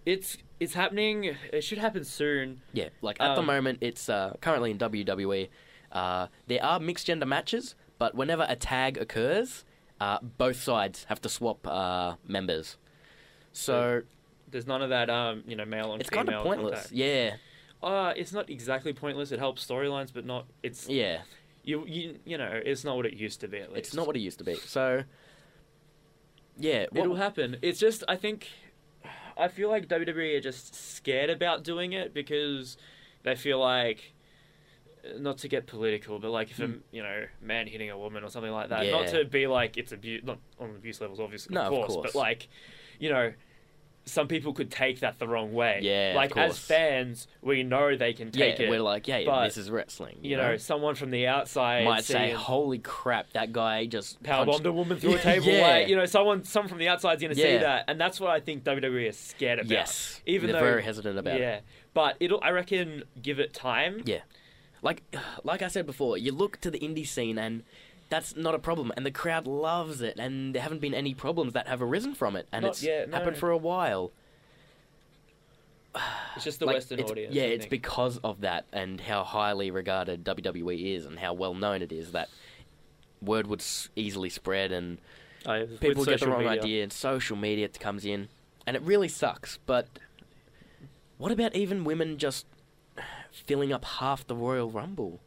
[SPEAKER 2] It's it's happening. It should happen soon.
[SPEAKER 1] Yeah, like at the
[SPEAKER 2] Um,
[SPEAKER 1] moment, it's uh, currently in WWE. Uh, there are mixed gender matches, but whenever a tag occurs, uh, both sides have to swap uh, members. So
[SPEAKER 2] There's none of that um you know male and
[SPEAKER 1] it's
[SPEAKER 2] female
[SPEAKER 1] kind of pointless.
[SPEAKER 2] Contact.
[SPEAKER 1] Yeah,
[SPEAKER 2] Uh, it's not exactly pointless. It helps storylines, but not it's
[SPEAKER 1] yeah.
[SPEAKER 2] you you you know it's not what it used to be. At least
[SPEAKER 1] It's not what it used to be. So, yeah, what-
[SPEAKER 2] It'll happen. It's just I think I feel like WWE are just scared about doing it because they feel like not to get political, but like if a you know man hitting a woman or something like that, not
[SPEAKER 1] Hmm. Yeah.
[SPEAKER 2] to be like it's abuse, not on abuse levels, obviously,
[SPEAKER 1] No, of
[SPEAKER 2] of, course,
[SPEAKER 1] course.
[SPEAKER 2] but like you know. Some people could take that the wrong way.
[SPEAKER 1] Yeah, of
[SPEAKER 2] like
[SPEAKER 1] course.
[SPEAKER 2] as fans, we know they can
[SPEAKER 1] yeah,
[SPEAKER 2] take it.
[SPEAKER 1] we're like, yeah,
[SPEAKER 2] but,
[SPEAKER 1] this is wrestling.
[SPEAKER 2] you know, someone from the outside
[SPEAKER 1] might say,
[SPEAKER 2] seeing-
[SPEAKER 1] "Holy crap, that guy just
[SPEAKER 2] powerbombed
[SPEAKER 1] punched-
[SPEAKER 2] a woman through a table.
[SPEAKER 1] Yeah.
[SPEAKER 2] Like, you know, someone someone from the outside's going to see
[SPEAKER 1] Yeah.
[SPEAKER 2] that, and that's what I think WWE is scared about.
[SPEAKER 1] Yes,
[SPEAKER 2] even
[SPEAKER 1] they're
[SPEAKER 2] though
[SPEAKER 1] very hesitant about it.
[SPEAKER 2] yeah, but it'll. I reckon give it time.
[SPEAKER 1] Yeah. Like, like I said before, you look to the indie scene and. That's not a problem, and the crowd loves it, and there haven't been any problems that have arisen from it, and
[SPEAKER 2] Not
[SPEAKER 1] it's
[SPEAKER 2] yet, no.
[SPEAKER 1] happened for a while.
[SPEAKER 2] It's just the
[SPEAKER 1] Like,
[SPEAKER 2] Western
[SPEAKER 1] it's-
[SPEAKER 2] audience.
[SPEAKER 1] Yeah,
[SPEAKER 2] I
[SPEAKER 1] it's
[SPEAKER 2] think.
[SPEAKER 1] because of that and how highly regarded WWE is and how well known it is that word would s- easily spread and
[SPEAKER 2] I- with
[SPEAKER 1] people get the
[SPEAKER 2] social
[SPEAKER 1] wrong
[SPEAKER 2] media.
[SPEAKER 1] idea and social media t- comes in and it really sucks but what about even women just filling up half the royal rumble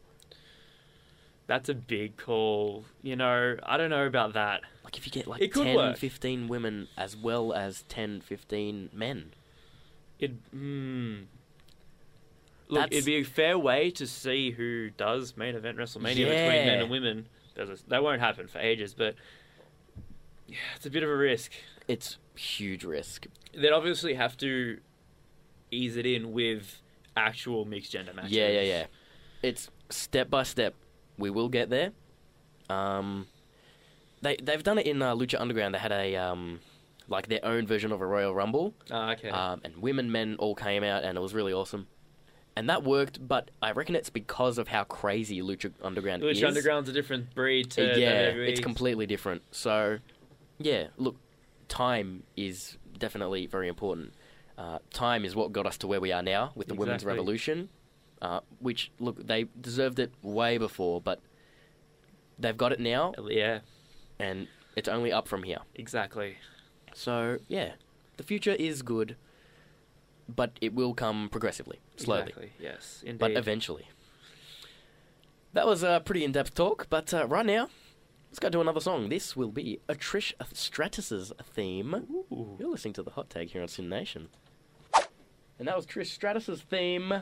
[SPEAKER 2] That's a big call. You know, I don't know about that.
[SPEAKER 1] like if you get like
[SPEAKER 2] It could
[SPEAKER 1] 10
[SPEAKER 2] work.
[SPEAKER 1] 15 women as well as 10 15 men
[SPEAKER 2] It. Mm, look,
[SPEAKER 1] That's-
[SPEAKER 2] it'd be a fair way to see who does main event WrestleMania between
[SPEAKER 1] Yeah.
[SPEAKER 2] men and women. There's a, that won't happen for ages, but yeah, it's a bit of a risk.
[SPEAKER 1] it's huge risk
[SPEAKER 2] they'd obviously have to ease it in with actual mixed gender matches.
[SPEAKER 1] yeah yeah yeah it's step by step we will get there um they they've done it in uh, lucha underground they had a um like their own version of a royal rumble
[SPEAKER 2] Ah, okay.
[SPEAKER 1] um, and women, men all came out, and it was really awesome. And that worked, but I reckon it's because of how crazy Lucha Underground
[SPEAKER 2] Lucha
[SPEAKER 1] is.
[SPEAKER 2] Underground's a different breed
[SPEAKER 1] Uh,
[SPEAKER 2] to
[SPEAKER 1] yeah,
[SPEAKER 2] WWE.
[SPEAKER 1] it's completely different. So, yeah, look, time is definitely very important. Uh, time is what got us to where we are now with the women's
[SPEAKER 2] Exactly.
[SPEAKER 1] revolution, uh, which look they deserved it way before, but they've got it now,
[SPEAKER 2] Yeah,
[SPEAKER 1] and it's only up from here.
[SPEAKER 2] exactly.
[SPEAKER 1] So yeah, the future is good, but it will come progressively, slowly,
[SPEAKER 2] Exactly. Yes, indeed.
[SPEAKER 1] but eventually. That was a pretty in-depth talk, but uh, right now, let's go to another song. This will be a Trish Stratus's theme.
[SPEAKER 2] Ooh.
[SPEAKER 1] You're listening to the hot tag here on Sin Nation, and that was Trish Stratus's theme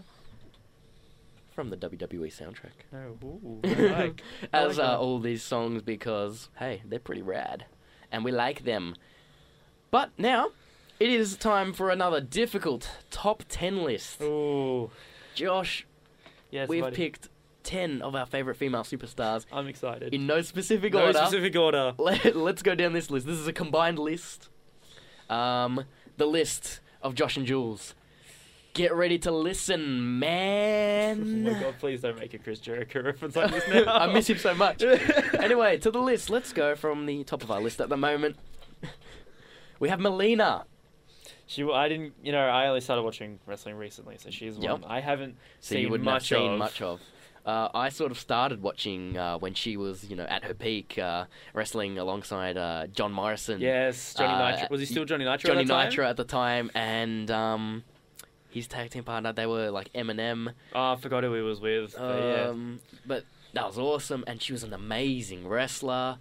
[SPEAKER 1] from the WWE soundtrack.
[SPEAKER 2] No, Oh, ooh, I like. I
[SPEAKER 1] As
[SPEAKER 2] like
[SPEAKER 1] are
[SPEAKER 2] that.
[SPEAKER 1] all these songs because, hey, they're pretty rad. And we like them. But now, it is time for another difficult top 10 list.
[SPEAKER 2] Ooh.
[SPEAKER 1] Josh,
[SPEAKER 2] Yes,
[SPEAKER 1] we've
[SPEAKER 2] buddy.
[SPEAKER 1] picked ten of our favorite female superstars
[SPEAKER 2] I'm excited.
[SPEAKER 1] in no specific
[SPEAKER 2] no
[SPEAKER 1] order.
[SPEAKER 2] specific order.
[SPEAKER 1] Let, us go down this list. This is a combined list. Um, the list of Josh and Jules. Get ready to listen,
[SPEAKER 2] Oh my
[SPEAKER 1] man.
[SPEAKER 2] god, please don't make a Chris Jericho reference like this now.
[SPEAKER 1] I miss him so much. anyway, to the list. Let's go from the top of our list at the moment. We have Melina.
[SPEAKER 2] She, I didn't, you know, I only started watching wrestling recently, so she's
[SPEAKER 1] Yep.
[SPEAKER 2] one I haven't
[SPEAKER 1] So
[SPEAKER 2] seen
[SPEAKER 1] you would
[SPEAKER 2] much
[SPEAKER 1] not have seen
[SPEAKER 2] of.
[SPEAKER 1] much of. Uh, I sort of started watching uh, when she was, you know, at her peak, uh, wrestling alongside uh, John Morrison.
[SPEAKER 2] Yes, Johnny
[SPEAKER 1] Uh,
[SPEAKER 2] Nitro. Was he still Johnny Nitro?
[SPEAKER 1] Johnny
[SPEAKER 2] at that time?
[SPEAKER 1] Nitro at the time, and um, his tag team partner. They were like Eminem.
[SPEAKER 2] Oh, I forgot who he was with. But yeah.
[SPEAKER 1] Um, but that was awesome, and she was an amazing wrestler.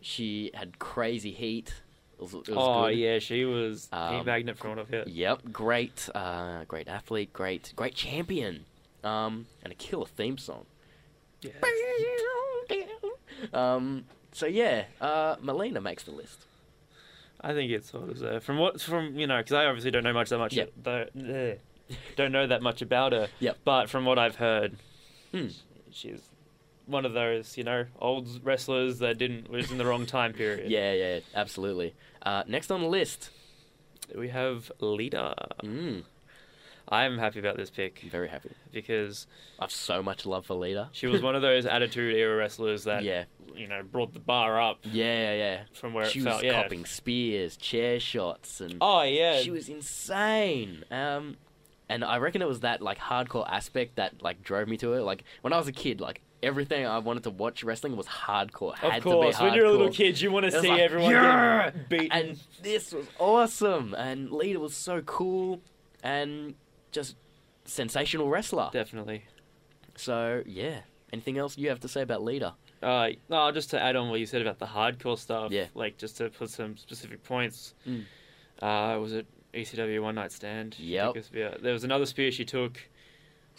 [SPEAKER 1] She had crazy heat. It was, it was
[SPEAKER 2] Oh
[SPEAKER 1] good.
[SPEAKER 2] yeah, she was a
[SPEAKER 1] Um,
[SPEAKER 2] magnet for one of it.
[SPEAKER 1] Yep, great, uh, great athlete, great, great champion, um, and a killer theme song. Um, so yeah, uh, Melina makes the list.
[SPEAKER 2] I think it's sort of there. From what, from you know, because I obviously don't know much that much.
[SPEAKER 1] Yep.
[SPEAKER 2] Though, eh, don't know that much about her.
[SPEAKER 1] Yep.
[SPEAKER 2] But from what I've heard,
[SPEAKER 1] Hmm.
[SPEAKER 2] she's one of those you know old wrestlers that didn't was in the wrong time period.
[SPEAKER 1] Yeah, yeah, absolutely. Uh, next on the list,
[SPEAKER 2] We have Lita.
[SPEAKER 1] mm,
[SPEAKER 2] I'm happy about this pick
[SPEAKER 1] I'm very happy.
[SPEAKER 2] because
[SPEAKER 1] I've so much love for Lita.
[SPEAKER 2] she was one of those Attitude Era wrestlers that
[SPEAKER 1] yeah,
[SPEAKER 2] you know brought the bar up
[SPEAKER 1] yeah, yeah.
[SPEAKER 2] from where
[SPEAKER 1] she
[SPEAKER 2] it
[SPEAKER 1] was
[SPEAKER 2] felt. yeah.
[SPEAKER 1] copping spears, chair shots, and
[SPEAKER 2] Oh yeah.
[SPEAKER 1] she was insane. Um, and I reckon it was that like hardcore aspect that like drove me to it. Like when I was a kid, like everything I wanted to watch wrestling was hardcore. Had
[SPEAKER 2] of course,
[SPEAKER 1] to be hardcore.
[SPEAKER 2] when you're a little kid, you want to
[SPEAKER 1] It was
[SPEAKER 2] see
[SPEAKER 1] like,
[SPEAKER 2] everyone
[SPEAKER 1] "Yeah!"
[SPEAKER 2] get beaten.
[SPEAKER 1] And this was awesome. And Lita was so cool and just sensational wrestler.
[SPEAKER 2] Definitely.
[SPEAKER 1] So yeah. Anything else you have to say about Lita?
[SPEAKER 2] Uh, no, just to add on what you said about the hardcore stuff.
[SPEAKER 1] Yeah.
[SPEAKER 2] Like just to put some specific points.
[SPEAKER 1] Mm.
[SPEAKER 2] Uh, was it ECW One Night Stand? She
[SPEAKER 1] Yep.
[SPEAKER 2] took a spear. There was another spear she took.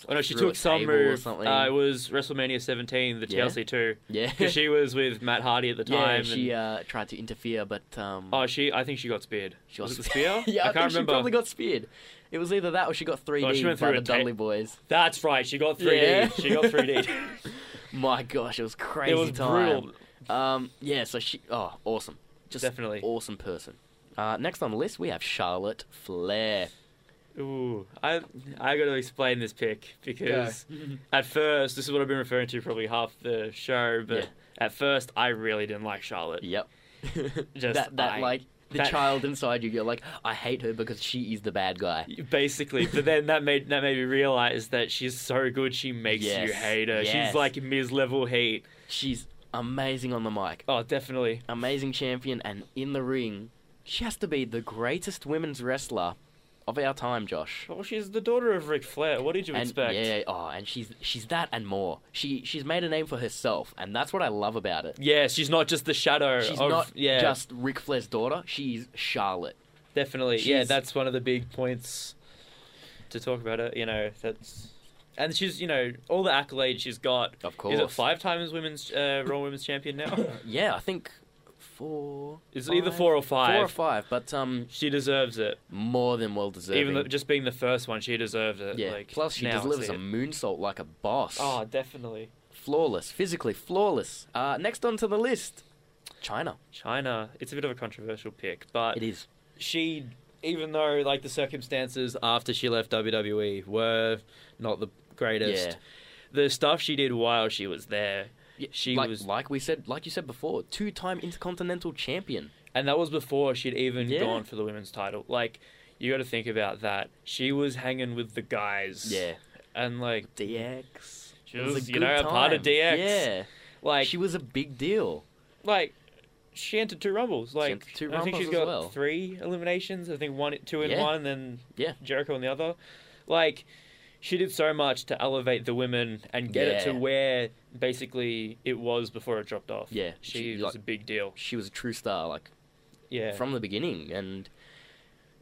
[SPEAKER 2] Oh no, she
[SPEAKER 1] Through a
[SPEAKER 2] took some
[SPEAKER 1] table or
[SPEAKER 2] move.
[SPEAKER 1] something.
[SPEAKER 2] Uh, it was WrestleMania 17, the
[SPEAKER 1] Yeah.
[SPEAKER 2] TLC 2.
[SPEAKER 1] Yeah.
[SPEAKER 2] 'Cause she was with Matt Hardy at the
[SPEAKER 1] yeah,
[SPEAKER 2] time.
[SPEAKER 1] she
[SPEAKER 2] and-
[SPEAKER 1] uh, tried to interfere, but um,
[SPEAKER 2] oh, she. I think she got speared.
[SPEAKER 1] she
[SPEAKER 2] was it the
[SPEAKER 1] got-
[SPEAKER 2] spear?
[SPEAKER 1] yeah, I,
[SPEAKER 2] I can't
[SPEAKER 1] think
[SPEAKER 2] remember.
[SPEAKER 1] she probably got speared. It was either that or she got 3D
[SPEAKER 2] Oh, she went
[SPEAKER 1] by
[SPEAKER 2] through
[SPEAKER 1] the
[SPEAKER 2] a ta-
[SPEAKER 1] Dudley Boys.
[SPEAKER 2] That's right. She got 3D.
[SPEAKER 1] Yeah.
[SPEAKER 2] She got 3D.
[SPEAKER 1] My gosh, it was crazy
[SPEAKER 2] it was
[SPEAKER 1] time.
[SPEAKER 2] brutal.
[SPEAKER 1] Um, yeah, so she, oh, awesome, just
[SPEAKER 2] Definitely.
[SPEAKER 1] awesome person. Uh, next on the list we have Charlotte Flair.
[SPEAKER 2] Ooh, I I got to explain this pick because at first this is what I've been referring to probably half the show, but
[SPEAKER 1] Yeah.
[SPEAKER 2] at first I really didn't like Charlotte.
[SPEAKER 1] Yep.
[SPEAKER 2] Just
[SPEAKER 1] that that
[SPEAKER 2] I-
[SPEAKER 1] like the
[SPEAKER 2] that-
[SPEAKER 1] child inside you. You're like, I hate her because she is the bad guy.
[SPEAKER 2] Basically, but then that made that made me realize that she's so good she makes
[SPEAKER 1] Yes,
[SPEAKER 2] you hate her.
[SPEAKER 1] yes.
[SPEAKER 2] She's like Miz level hate.
[SPEAKER 1] She's amazing on the mic,
[SPEAKER 2] Oh, definitely.
[SPEAKER 1] amazing champion, and in the ring, she has to be the greatest women's wrestler of our time, Josh.
[SPEAKER 2] Well, she's the daughter of Ric Flair. What did you
[SPEAKER 1] And
[SPEAKER 2] expect?
[SPEAKER 1] yeah, oh, and she's she's that and more. She she's made a name for herself, and that's what I love about it.
[SPEAKER 2] Yeah, she's not just the shadow.
[SPEAKER 1] She's
[SPEAKER 2] of,
[SPEAKER 1] not
[SPEAKER 2] Oh, yeah,
[SPEAKER 1] just Ric Flair's daughter. She's Charlotte.
[SPEAKER 2] Definitely, yeah.
[SPEAKER 1] She's-
[SPEAKER 2] That's one of the big points to talk about her. You know, that's and she's you know all the accolades she's got.
[SPEAKER 1] Of
[SPEAKER 2] Is it five times women's uh, Raw Women's Champion now?
[SPEAKER 1] Yeah, I think four.
[SPEAKER 2] it's either four or five.
[SPEAKER 1] Four or five, but um,
[SPEAKER 2] She deserves it.
[SPEAKER 1] more than well deserving.
[SPEAKER 2] Even though, just being the first one, she deserves it.
[SPEAKER 1] yeah.
[SPEAKER 2] Like,
[SPEAKER 1] Plus, she
[SPEAKER 2] now I
[SPEAKER 1] delivers
[SPEAKER 2] see
[SPEAKER 1] a
[SPEAKER 2] it.
[SPEAKER 1] moonsault like a boss.
[SPEAKER 2] Oh, definitely.
[SPEAKER 1] Flawless, physically flawless. Uh, next onto the list, China.
[SPEAKER 2] China. It's a bit of a controversial pick, but
[SPEAKER 1] It is.
[SPEAKER 2] she, even though like the circumstances after she left WWE were not the greatest,
[SPEAKER 1] Yeah.
[SPEAKER 2] the stuff she did while she was there,
[SPEAKER 1] Yeah,
[SPEAKER 2] she
[SPEAKER 1] like,
[SPEAKER 2] was
[SPEAKER 1] like we said, like you said before, two-time intercontinental champion.
[SPEAKER 2] And that was before she'd even
[SPEAKER 1] Yeah.
[SPEAKER 2] gone for the women's title. Like, you got to think about that. She was hanging with the guys.
[SPEAKER 1] Yeah.
[SPEAKER 2] And, like,
[SPEAKER 1] DX.
[SPEAKER 2] she
[SPEAKER 1] It
[SPEAKER 2] was,
[SPEAKER 1] a
[SPEAKER 2] you
[SPEAKER 1] good
[SPEAKER 2] know, a part of
[SPEAKER 1] time.
[SPEAKER 2] DX.
[SPEAKER 1] Yeah.
[SPEAKER 2] Like,
[SPEAKER 1] she
[SPEAKER 2] she,
[SPEAKER 1] was a big deal.
[SPEAKER 2] like, she entered two Rumbles. Like,
[SPEAKER 1] entered two
[SPEAKER 2] I think
[SPEAKER 1] Rumbles
[SPEAKER 2] she's
[SPEAKER 1] as
[SPEAKER 2] got
[SPEAKER 1] well.
[SPEAKER 2] three eliminations. I think one, two in
[SPEAKER 1] Yeah.
[SPEAKER 2] one, then
[SPEAKER 1] Yeah.
[SPEAKER 2] Jericho in the other. Like, she did so much to elevate the women and get it to
[SPEAKER 1] Yeah.
[SPEAKER 2] where basically it was before it dropped off.
[SPEAKER 1] Yeah.
[SPEAKER 2] She,
[SPEAKER 1] She,
[SPEAKER 2] was
[SPEAKER 1] like-
[SPEAKER 2] a big deal.
[SPEAKER 1] She was a true star, like
[SPEAKER 2] Yeah.
[SPEAKER 1] from the beginning, and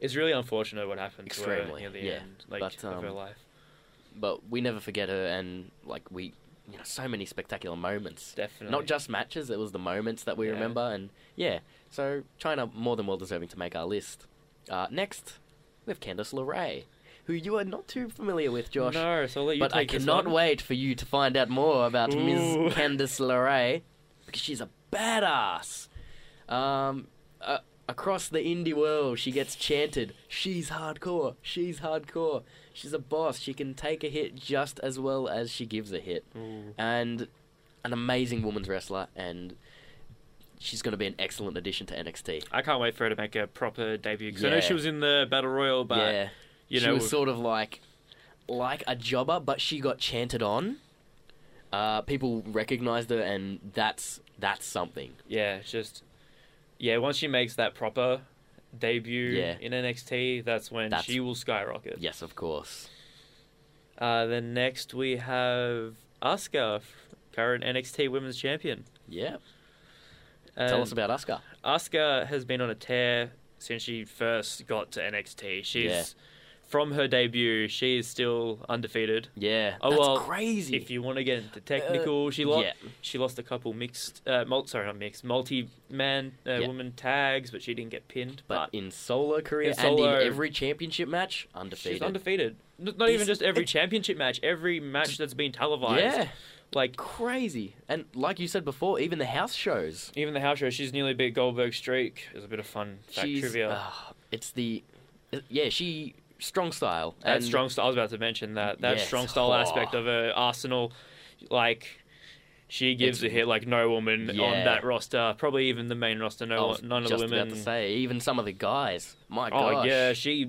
[SPEAKER 2] it's really unfortunate what happened to her
[SPEAKER 1] Extremely,
[SPEAKER 2] near the
[SPEAKER 1] yeah.
[SPEAKER 2] end like,
[SPEAKER 1] But,
[SPEAKER 2] of her
[SPEAKER 1] um,
[SPEAKER 2] life.
[SPEAKER 1] but we never forget her, and like we, you know, so many spectacular moments.
[SPEAKER 2] Definitely.
[SPEAKER 1] Not just matches; it was the moments that we
[SPEAKER 2] Yeah.
[SPEAKER 1] remember, and yeah. So China more than well deserving to make our list. Uh, next, we have Candice LeRae. who you are not too familiar with, Josh.
[SPEAKER 2] No, so I'll let you
[SPEAKER 1] but I
[SPEAKER 2] take this
[SPEAKER 1] cannot
[SPEAKER 2] one.
[SPEAKER 1] wait for you to find out more about
[SPEAKER 2] Ooh.
[SPEAKER 1] Ms. Candice LeRae because she's a badass. Um, uh, across the indie world, she gets chanted, "She's hardcore. She's hardcore. She's a boss. She can take a hit just as well as she gives a hit."
[SPEAKER 2] Ooh.
[SPEAKER 1] And an amazing woman's wrestler, and she's going to be an excellent addition to NXT.
[SPEAKER 2] I can't wait for her to make a proper debut. 'cause I know
[SPEAKER 1] Yeah.
[SPEAKER 2] she was in the Battle Royal, but
[SPEAKER 1] yeah,
[SPEAKER 2] you
[SPEAKER 1] she
[SPEAKER 2] know,
[SPEAKER 1] was sort of like like a jobber, but she got chanted on. Uh, people recognized her, and that's that's something.
[SPEAKER 2] yeah, it's just yeah. Once she makes that proper debut
[SPEAKER 1] Yeah.
[SPEAKER 2] in NXT, that's when
[SPEAKER 1] That's-
[SPEAKER 2] she will skyrocket.
[SPEAKER 1] Yes, of course.
[SPEAKER 2] Uh, then next we have Asuka, f- current NXT Women's Champion.
[SPEAKER 1] Yeah.
[SPEAKER 2] And
[SPEAKER 1] Tell us about Asuka.
[SPEAKER 2] Asuka has been on a tear since she first got to NXT. She's
[SPEAKER 1] Yeah.
[SPEAKER 2] from her debut, she is still undefeated.
[SPEAKER 1] Yeah.
[SPEAKER 2] Oh,
[SPEAKER 1] that's
[SPEAKER 2] well,
[SPEAKER 1] crazy.
[SPEAKER 2] If you want to get into technical, she lost.
[SPEAKER 1] Uh, yeah.
[SPEAKER 2] She lost a couple mixed, uh, mul- sorry, not mixed, multi-man uh,
[SPEAKER 1] Yeah.
[SPEAKER 2] woman tags, but she didn't get pinned.
[SPEAKER 1] but in solo career
[SPEAKER 2] In
[SPEAKER 1] and in
[SPEAKER 2] solo-
[SPEAKER 1] every championship match, undefeated.
[SPEAKER 2] she's undefeated. N- Not
[SPEAKER 1] This-
[SPEAKER 2] even just every
[SPEAKER 1] it-
[SPEAKER 2] championship match, every match that's been televised.
[SPEAKER 1] Yeah.
[SPEAKER 2] Like
[SPEAKER 1] Crazy. And like you said before, even the house shows.
[SPEAKER 2] even the house show, she's nearly beat Goldberg's streak. Is a bit of fun fact
[SPEAKER 1] she's
[SPEAKER 2] trivia.
[SPEAKER 1] ah, it's the yeah she strong style
[SPEAKER 2] that
[SPEAKER 1] and
[SPEAKER 2] strong style. I was about to mention that that
[SPEAKER 1] Yes.
[SPEAKER 2] strong style
[SPEAKER 1] Oh.
[SPEAKER 2] aspect of her arsenal, like she gives
[SPEAKER 1] It's-
[SPEAKER 2] a hit like no woman on
[SPEAKER 1] Yeah.
[SPEAKER 2] that roster. Probably even the main roster.
[SPEAKER 1] I
[SPEAKER 2] No,
[SPEAKER 1] was
[SPEAKER 2] one- none of the
[SPEAKER 1] just
[SPEAKER 2] women.
[SPEAKER 1] about to say even some of the guys. My
[SPEAKER 2] oh
[SPEAKER 1] gosh.
[SPEAKER 2] yeah, she,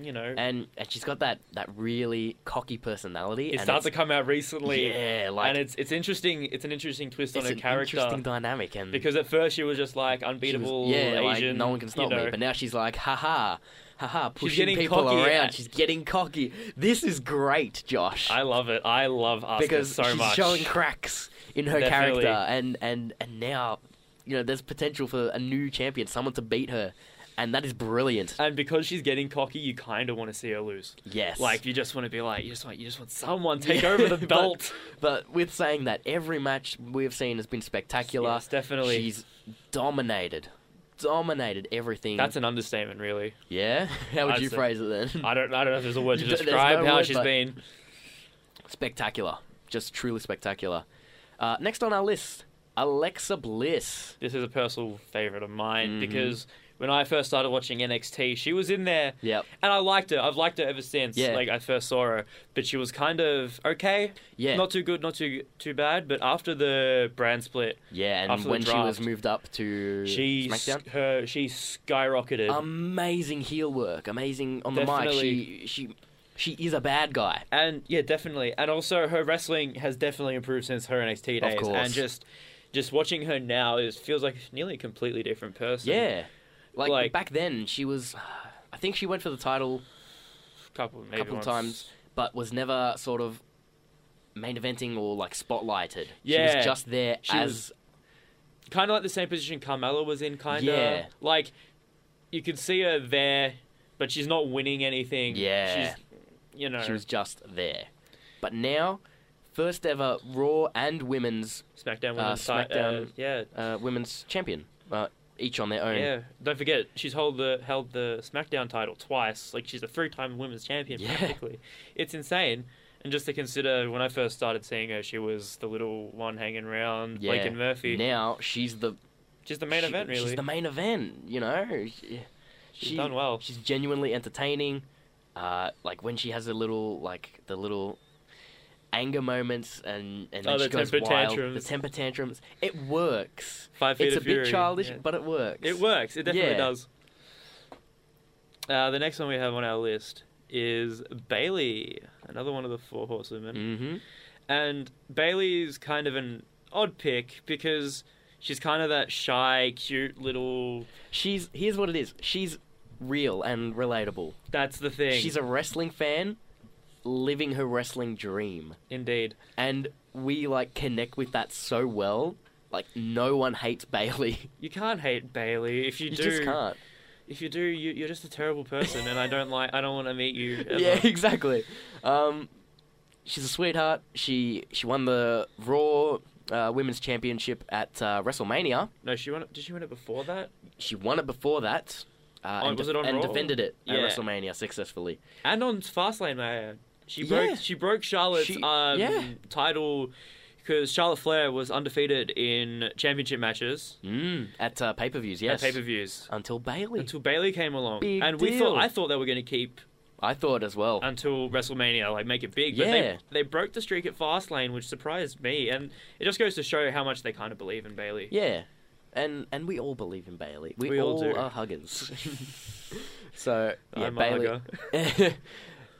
[SPEAKER 2] you know,
[SPEAKER 1] and and she's got that that really cocky personality.
[SPEAKER 2] it
[SPEAKER 1] and
[SPEAKER 2] starts to
[SPEAKER 1] it's-
[SPEAKER 2] come out recently.
[SPEAKER 1] yeah, like
[SPEAKER 2] and it's it's interesting. It's an interesting twist on
[SPEAKER 1] it's
[SPEAKER 2] her
[SPEAKER 1] an
[SPEAKER 2] character
[SPEAKER 1] interesting dynamic and
[SPEAKER 2] because at first she was just like
[SPEAKER 1] she was-
[SPEAKER 2] unbeatable
[SPEAKER 1] yeah,
[SPEAKER 2] Asian.
[SPEAKER 1] like no one can
[SPEAKER 2] you
[SPEAKER 1] stop
[SPEAKER 2] know.
[SPEAKER 1] me. But now she's like, haha, haha, pushing
[SPEAKER 2] getting
[SPEAKER 1] people
[SPEAKER 2] cocky
[SPEAKER 1] around.
[SPEAKER 2] at-
[SPEAKER 1] She's getting cocky. This is great, Josh.
[SPEAKER 2] I love it. I love Asuka
[SPEAKER 1] because
[SPEAKER 2] so
[SPEAKER 1] she's
[SPEAKER 2] much.
[SPEAKER 1] showing cracks in her
[SPEAKER 2] Definitely.
[SPEAKER 1] character, and and and now, you know, there's potential for a new champion, someone to beat her, and that is brilliant.
[SPEAKER 2] and because she's getting cocky, you kind of want to see her lose.
[SPEAKER 1] Yes,
[SPEAKER 2] Like you just want to be like you just want you just want someone to take
[SPEAKER 1] Yeah,
[SPEAKER 2] over the
[SPEAKER 1] but-
[SPEAKER 2] belt.
[SPEAKER 1] But with saying that, every match we've seen has been spectacular.
[SPEAKER 2] Yes, definitely.
[SPEAKER 1] She's dominated, dominated everything.
[SPEAKER 2] That's an understatement, really.
[SPEAKER 1] yeah. How would
[SPEAKER 2] I'd
[SPEAKER 1] you
[SPEAKER 2] say-
[SPEAKER 1] phrase it then?
[SPEAKER 2] I don't I don't know if there's a word to
[SPEAKER 1] There's no
[SPEAKER 2] describe how
[SPEAKER 1] word,
[SPEAKER 2] she's
[SPEAKER 1] but-
[SPEAKER 2] been.
[SPEAKER 1] spectacular, just truly spectacular. Uh, next on our list, Alexa Bliss.
[SPEAKER 2] This is a personal favorite of mine
[SPEAKER 1] Mhm.
[SPEAKER 2] because when I first started watching NXT, she was in there
[SPEAKER 1] Yep.
[SPEAKER 2] and I liked her. I've liked her ever since.
[SPEAKER 1] Yeah.
[SPEAKER 2] Like I first saw her, but she was kind of okay,
[SPEAKER 1] Yeah.
[SPEAKER 2] not too good, not too too bad. But after the brand split,
[SPEAKER 1] yeah. And
[SPEAKER 2] after the
[SPEAKER 1] when she was
[SPEAKER 2] draft,
[SPEAKER 1] moved up to
[SPEAKER 2] she s-
[SPEAKER 1] SmackDown. Um,
[SPEAKER 2] her she skyrocketed.
[SPEAKER 1] amazing heel work, amazing on the
[SPEAKER 2] Definitely.
[SPEAKER 1] mic. She she she is a bad guy.
[SPEAKER 2] and yeah, definitely. And also, her wrestling has definitely improved since her NXT
[SPEAKER 1] Of
[SPEAKER 2] days.
[SPEAKER 1] course.
[SPEAKER 2] And just just watching her now is feels like nearly a completely different person.
[SPEAKER 1] yeah. Like,
[SPEAKER 2] like-
[SPEAKER 1] back then she was I think she went for the title
[SPEAKER 2] couple
[SPEAKER 1] a
[SPEAKER 2] maybe
[SPEAKER 1] couple
[SPEAKER 2] once.
[SPEAKER 1] times but was never sort of main eventing or like spotlighted. She
[SPEAKER 2] Yeah.
[SPEAKER 1] was just there
[SPEAKER 2] She
[SPEAKER 1] as
[SPEAKER 2] was- Kind of like the same position Carmella was in. Kind of
[SPEAKER 1] Yeah.
[SPEAKER 2] like you can see her there, but she's not winning anything.
[SPEAKER 1] Yeah.
[SPEAKER 2] she's you know
[SPEAKER 1] she was just there. But now first ever Raw and women's
[SPEAKER 2] SmackDown
[SPEAKER 1] uh,
[SPEAKER 2] women's ti- uh,
[SPEAKER 1] SmackDown-
[SPEAKER 2] yeah.
[SPEAKER 1] uh, women's champion. Uh, each on their own.
[SPEAKER 2] Yeah, don't forget she's held the held the SmackDown title twice. Like she's a three-time women's champion
[SPEAKER 1] Yeah.
[SPEAKER 2] practically. It's insane. And just to consider, when I first started seeing her, she was the little one hanging around
[SPEAKER 1] Yeah.
[SPEAKER 2] Blake and Murphy.
[SPEAKER 1] Now she's the
[SPEAKER 2] she's the main
[SPEAKER 1] she-
[SPEAKER 2] event, really.
[SPEAKER 1] She's the main event, you know. She-
[SPEAKER 2] She's done well.
[SPEAKER 1] She's genuinely entertaining. Uh, like when she has a little, like the little anger moments, and and
[SPEAKER 2] Oh,
[SPEAKER 1] then
[SPEAKER 2] the
[SPEAKER 1] she goes
[SPEAKER 2] temper
[SPEAKER 1] wild.
[SPEAKER 2] tantrums.
[SPEAKER 1] The temper tantrums. It works.
[SPEAKER 2] Five feet
[SPEAKER 1] It's a
[SPEAKER 2] of
[SPEAKER 1] bit
[SPEAKER 2] Fury,
[SPEAKER 1] childish,
[SPEAKER 2] yeah.
[SPEAKER 1] but it works.
[SPEAKER 2] It works. It definitely
[SPEAKER 1] Yeah.
[SPEAKER 2] does. Uh, the next one we have on our list is Bailey, another one of the four horsewomen.
[SPEAKER 1] hmm
[SPEAKER 2] And Bailey's kind of an odd pick because she's kind of that shy, cute little.
[SPEAKER 1] She's here's what it is. She's real and relatable.
[SPEAKER 2] That's the thing.
[SPEAKER 1] She's a wrestling fan, living her wrestling dream.
[SPEAKER 2] Indeed.
[SPEAKER 1] and we like connect with that so well. Like no one hates Bailey.
[SPEAKER 2] You can't hate Bailey. If you,
[SPEAKER 1] You,
[SPEAKER 2] do,
[SPEAKER 1] just can't.
[SPEAKER 2] if you do, you, you're just a terrible person, and I don't like. I don't want to meet you. Ever.
[SPEAKER 1] Yeah, exactly. Um, she's a sweetheart. She she won the Raw uh, Women's Championship at uh, WrestleMania.
[SPEAKER 2] No, she won. It, did she win it before that?
[SPEAKER 1] She won it before that. uh,
[SPEAKER 2] Oh,
[SPEAKER 1] and,
[SPEAKER 2] was
[SPEAKER 1] def-
[SPEAKER 2] it on
[SPEAKER 1] and
[SPEAKER 2] Raw?
[SPEAKER 1] defended it at
[SPEAKER 2] Yeah.
[SPEAKER 1] WrestleMania successfully.
[SPEAKER 2] And on Fastlane, may I add. She
[SPEAKER 1] Yeah.
[SPEAKER 2] broke she broke Charlotte's
[SPEAKER 1] She-
[SPEAKER 2] um,
[SPEAKER 1] yeah.
[SPEAKER 2] title because Charlotte Flair was undefeated in championship matches
[SPEAKER 1] Mm, at uh, pay per views,
[SPEAKER 2] and
[SPEAKER 1] yes.
[SPEAKER 2] pay per views
[SPEAKER 1] Until Bailey.
[SPEAKER 2] until Bailey came along,
[SPEAKER 1] Big
[SPEAKER 2] and we
[SPEAKER 1] deal.
[SPEAKER 2] thought I thought they were going to keep
[SPEAKER 1] I thought as well.
[SPEAKER 2] until WrestleMania, like make it big. But
[SPEAKER 1] Yeah.
[SPEAKER 2] they they broke the streak at Fastlane, which surprised me, and it just goes to show how much they kind of believe in Bailey.
[SPEAKER 1] Yeah, and and we all believe in Bailey. We,
[SPEAKER 2] We all
[SPEAKER 1] all,
[SPEAKER 2] do.
[SPEAKER 1] are huggers. so yeah,
[SPEAKER 2] I'm a
[SPEAKER 1] Bailey.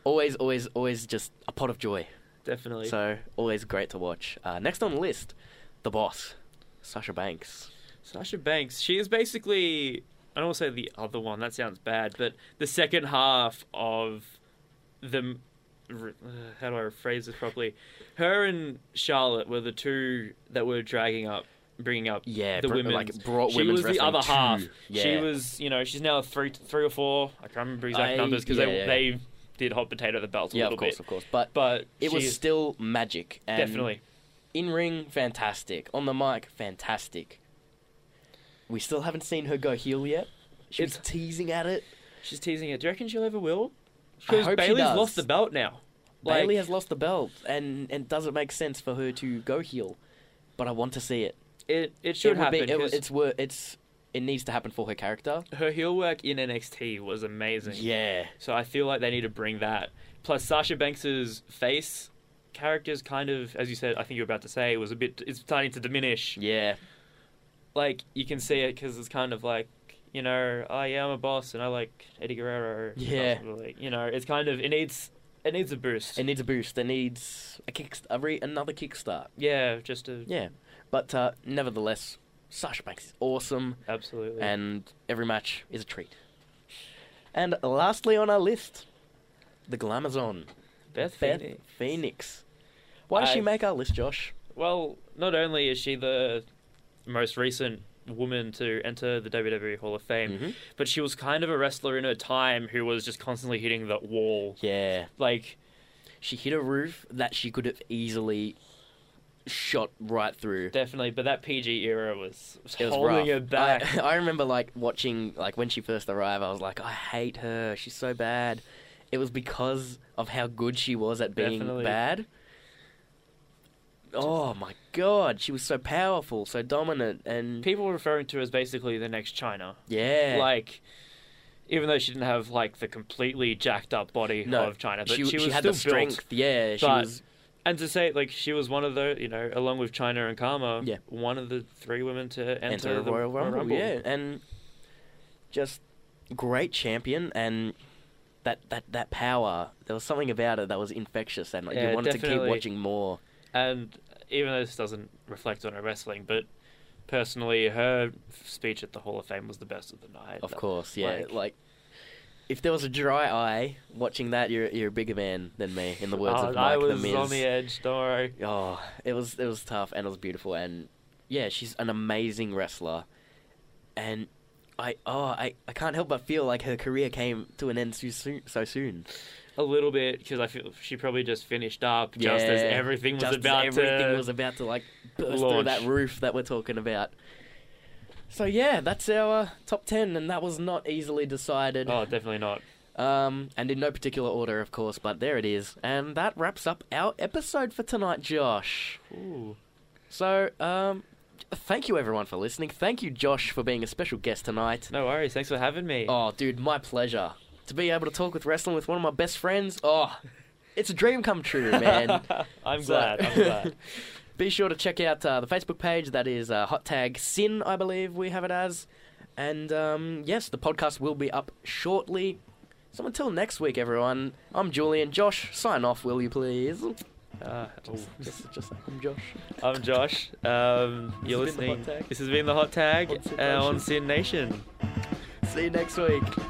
[SPEAKER 1] always, always, always just a pot of joy.
[SPEAKER 2] Definitely.
[SPEAKER 1] So always great to watch. Uh, next on the list, the boss, Sasha Banks.
[SPEAKER 2] Sasha Banks, she is basically I don't want to say the other one. That sounds bad, but the second half of the r- uh, how do I rephrase this properly? Her and Charlotte were the two that were dragging up, bringing up
[SPEAKER 1] Yeah,
[SPEAKER 2] the
[SPEAKER 1] br-
[SPEAKER 2] women.
[SPEAKER 1] like brought
[SPEAKER 2] she
[SPEAKER 1] women's
[SPEAKER 2] was the
[SPEAKER 1] wrestling
[SPEAKER 2] other
[SPEAKER 1] to-
[SPEAKER 2] half. She
[SPEAKER 1] yeah.
[SPEAKER 2] was, you know, she's now three, three or four. I can't remember exact
[SPEAKER 1] I-
[SPEAKER 2] numbers because they
[SPEAKER 1] yeah, yeah.
[SPEAKER 2] they did hot potato the belts a
[SPEAKER 1] yeah,
[SPEAKER 2] little
[SPEAKER 1] of course,
[SPEAKER 2] bit.
[SPEAKER 1] of course. But
[SPEAKER 2] But
[SPEAKER 1] it
[SPEAKER 2] she
[SPEAKER 1] was um,
[SPEAKER 2] is
[SPEAKER 1] still magic. And
[SPEAKER 2] definitely
[SPEAKER 1] in ring, fantastic. On the mic, fantastic. We still haven't seen her go heel yet. She was
[SPEAKER 2] It's-
[SPEAKER 1] teasing at it.
[SPEAKER 2] she's teasing it. Do you reckon she'll ever will?
[SPEAKER 1] I
[SPEAKER 2] Because
[SPEAKER 1] hope she
[SPEAKER 2] Bailey's
[SPEAKER 1] does.
[SPEAKER 2] lost the belt now.
[SPEAKER 1] Bailey
[SPEAKER 2] Like-
[SPEAKER 1] has lost the belt, and and does it make sense for her to go heel? But I want to see it.
[SPEAKER 2] It it
[SPEAKER 1] it
[SPEAKER 2] should
[SPEAKER 1] would be-
[SPEAKER 2] happen.
[SPEAKER 1] it would-
[SPEAKER 2] 'cause
[SPEAKER 1] it's wor- it's it needs to happen for her character.
[SPEAKER 2] her heel work in NXT was amazing.
[SPEAKER 1] Yeah,
[SPEAKER 2] So I feel like they need to bring that. Plus Sasha Banks's face characters kind of as you said I think you're about to say was a bit it's starting to diminish.
[SPEAKER 1] yeah,
[SPEAKER 2] Like you can see it cuz it's kind of like you know, oh yeah, I'm a boss and I like Eddie Guerrero.
[SPEAKER 1] Yeah.
[SPEAKER 2] Like, you know, it's kind of it needs it needs a boost.
[SPEAKER 1] it needs a boost. It needs a kick, a re- another kickstart.
[SPEAKER 2] yeah, just a
[SPEAKER 1] Yeah, but uh, nevertheless, Sasha Banks is awesome,
[SPEAKER 2] absolutely.
[SPEAKER 1] and every match is a treat. And lastly on our list, the Glamazon,
[SPEAKER 2] Beth,
[SPEAKER 1] Beth
[SPEAKER 2] Phoenix.
[SPEAKER 1] Phoenix. Why does she
[SPEAKER 2] I've-
[SPEAKER 1] make our list, Josh?
[SPEAKER 2] Well, not only is she the most recent woman to enter the WWE Hall of Fame,
[SPEAKER 1] Mhm.
[SPEAKER 2] but she was kind of a wrestler in her time who was just constantly hitting the wall.
[SPEAKER 1] Yeah,
[SPEAKER 2] Like,
[SPEAKER 1] She hit a roof that she could have easily shot right through.
[SPEAKER 2] definitely, but that PG era was,
[SPEAKER 1] It was
[SPEAKER 2] holding
[SPEAKER 1] rough.
[SPEAKER 2] her back.
[SPEAKER 1] I, I remember like watching like when she first arrived. I was like, I hate her. She's so bad. It was because of how good she was at being
[SPEAKER 2] Definitely.
[SPEAKER 1] bad. Oh my god, she was so powerful, so dominant, and
[SPEAKER 2] People were referring to her as basically the next China.
[SPEAKER 1] yeah,
[SPEAKER 2] Like, even though she didn't have, like, the completely jacked up body
[SPEAKER 1] No,
[SPEAKER 2] of China, but she, was
[SPEAKER 1] had
[SPEAKER 2] still
[SPEAKER 1] the strength.
[SPEAKER 2] Built.
[SPEAKER 1] Yeah, she
[SPEAKER 2] But-
[SPEAKER 1] was.
[SPEAKER 2] And to say, like, she was one of the, you know, along with China and Karma,
[SPEAKER 1] Yeah.
[SPEAKER 2] one of the three women to enter,
[SPEAKER 1] enter
[SPEAKER 2] the
[SPEAKER 1] Royal Rumble,
[SPEAKER 2] Rumble.
[SPEAKER 1] yeah, and just great champion and that that that power. There was something about it that was infectious, and like,
[SPEAKER 2] Yeah,
[SPEAKER 1] you wanted to
[SPEAKER 2] definitely.
[SPEAKER 1] keep watching more.
[SPEAKER 2] And even though this doesn't reflect on her wrestling, but personally, her speech at the Hall of Fame was the best of the night.
[SPEAKER 1] Of course, yeah. Like,
[SPEAKER 2] like-
[SPEAKER 1] if there was a dry eye watching that, you're you're a bigger man than me. In the words
[SPEAKER 2] Oh,
[SPEAKER 1] of Mike
[SPEAKER 2] I
[SPEAKER 1] the
[SPEAKER 2] was
[SPEAKER 1] Miz.
[SPEAKER 2] on the edge. Don't worry.
[SPEAKER 1] Oh, it was it was tough and it was beautiful and yeah, she's an amazing wrestler. And I oh I, I can't help but feel like her career came to an end so soon. So soon.
[SPEAKER 2] A little bit because I feel she probably just finished up just as
[SPEAKER 1] Yeah,
[SPEAKER 2] everything was
[SPEAKER 1] just as
[SPEAKER 2] about
[SPEAKER 1] everything
[SPEAKER 2] to.
[SPEAKER 1] was about to like burst through
[SPEAKER 2] launch.
[SPEAKER 1] that roof that we're talking about. So yeah, that's our uh, top ten, and that was not easily decided.
[SPEAKER 2] Oh, definitely not.
[SPEAKER 1] Um, and in no particular order, of course, but there it is. And that wraps up our episode for tonight, Josh.
[SPEAKER 2] Ooh.
[SPEAKER 1] So, um, thank you everyone for listening. Thank you, Josh, for being a special guest tonight.
[SPEAKER 2] No worries. Thanks for having me.
[SPEAKER 1] Oh, dude, my pleasure. To be able to talk with wrestling with one of my best friends, oh, it's a dream come true, man.
[SPEAKER 2] I'm
[SPEAKER 1] So-
[SPEAKER 2] glad. I'm glad.
[SPEAKER 1] be sure to check out uh, the Facebook page. That is uh, hot tag sin, I believe we have it as. And um, yes, the podcast will be up shortly. So until next week, everyone. I'm Julian. Josh, sign off, will you please?
[SPEAKER 2] Uh,
[SPEAKER 1] Just,
[SPEAKER 2] ooh.
[SPEAKER 1] just, just like I'm Josh.
[SPEAKER 2] I'm Josh. Um, you're
[SPEAKER 1] This has been The Hot
[SPEAKER 2] listening.
[SPEAKER 1] Tag.
[SPEAKER 2] This has been the hot tag
[SPEAKER 1] On Sin
[SPEAKER 2] uh,
[SPEAKER 1] Nation.
[SPEAKER 2] on Sin Nation.
[SPEAKER 1] See you next week.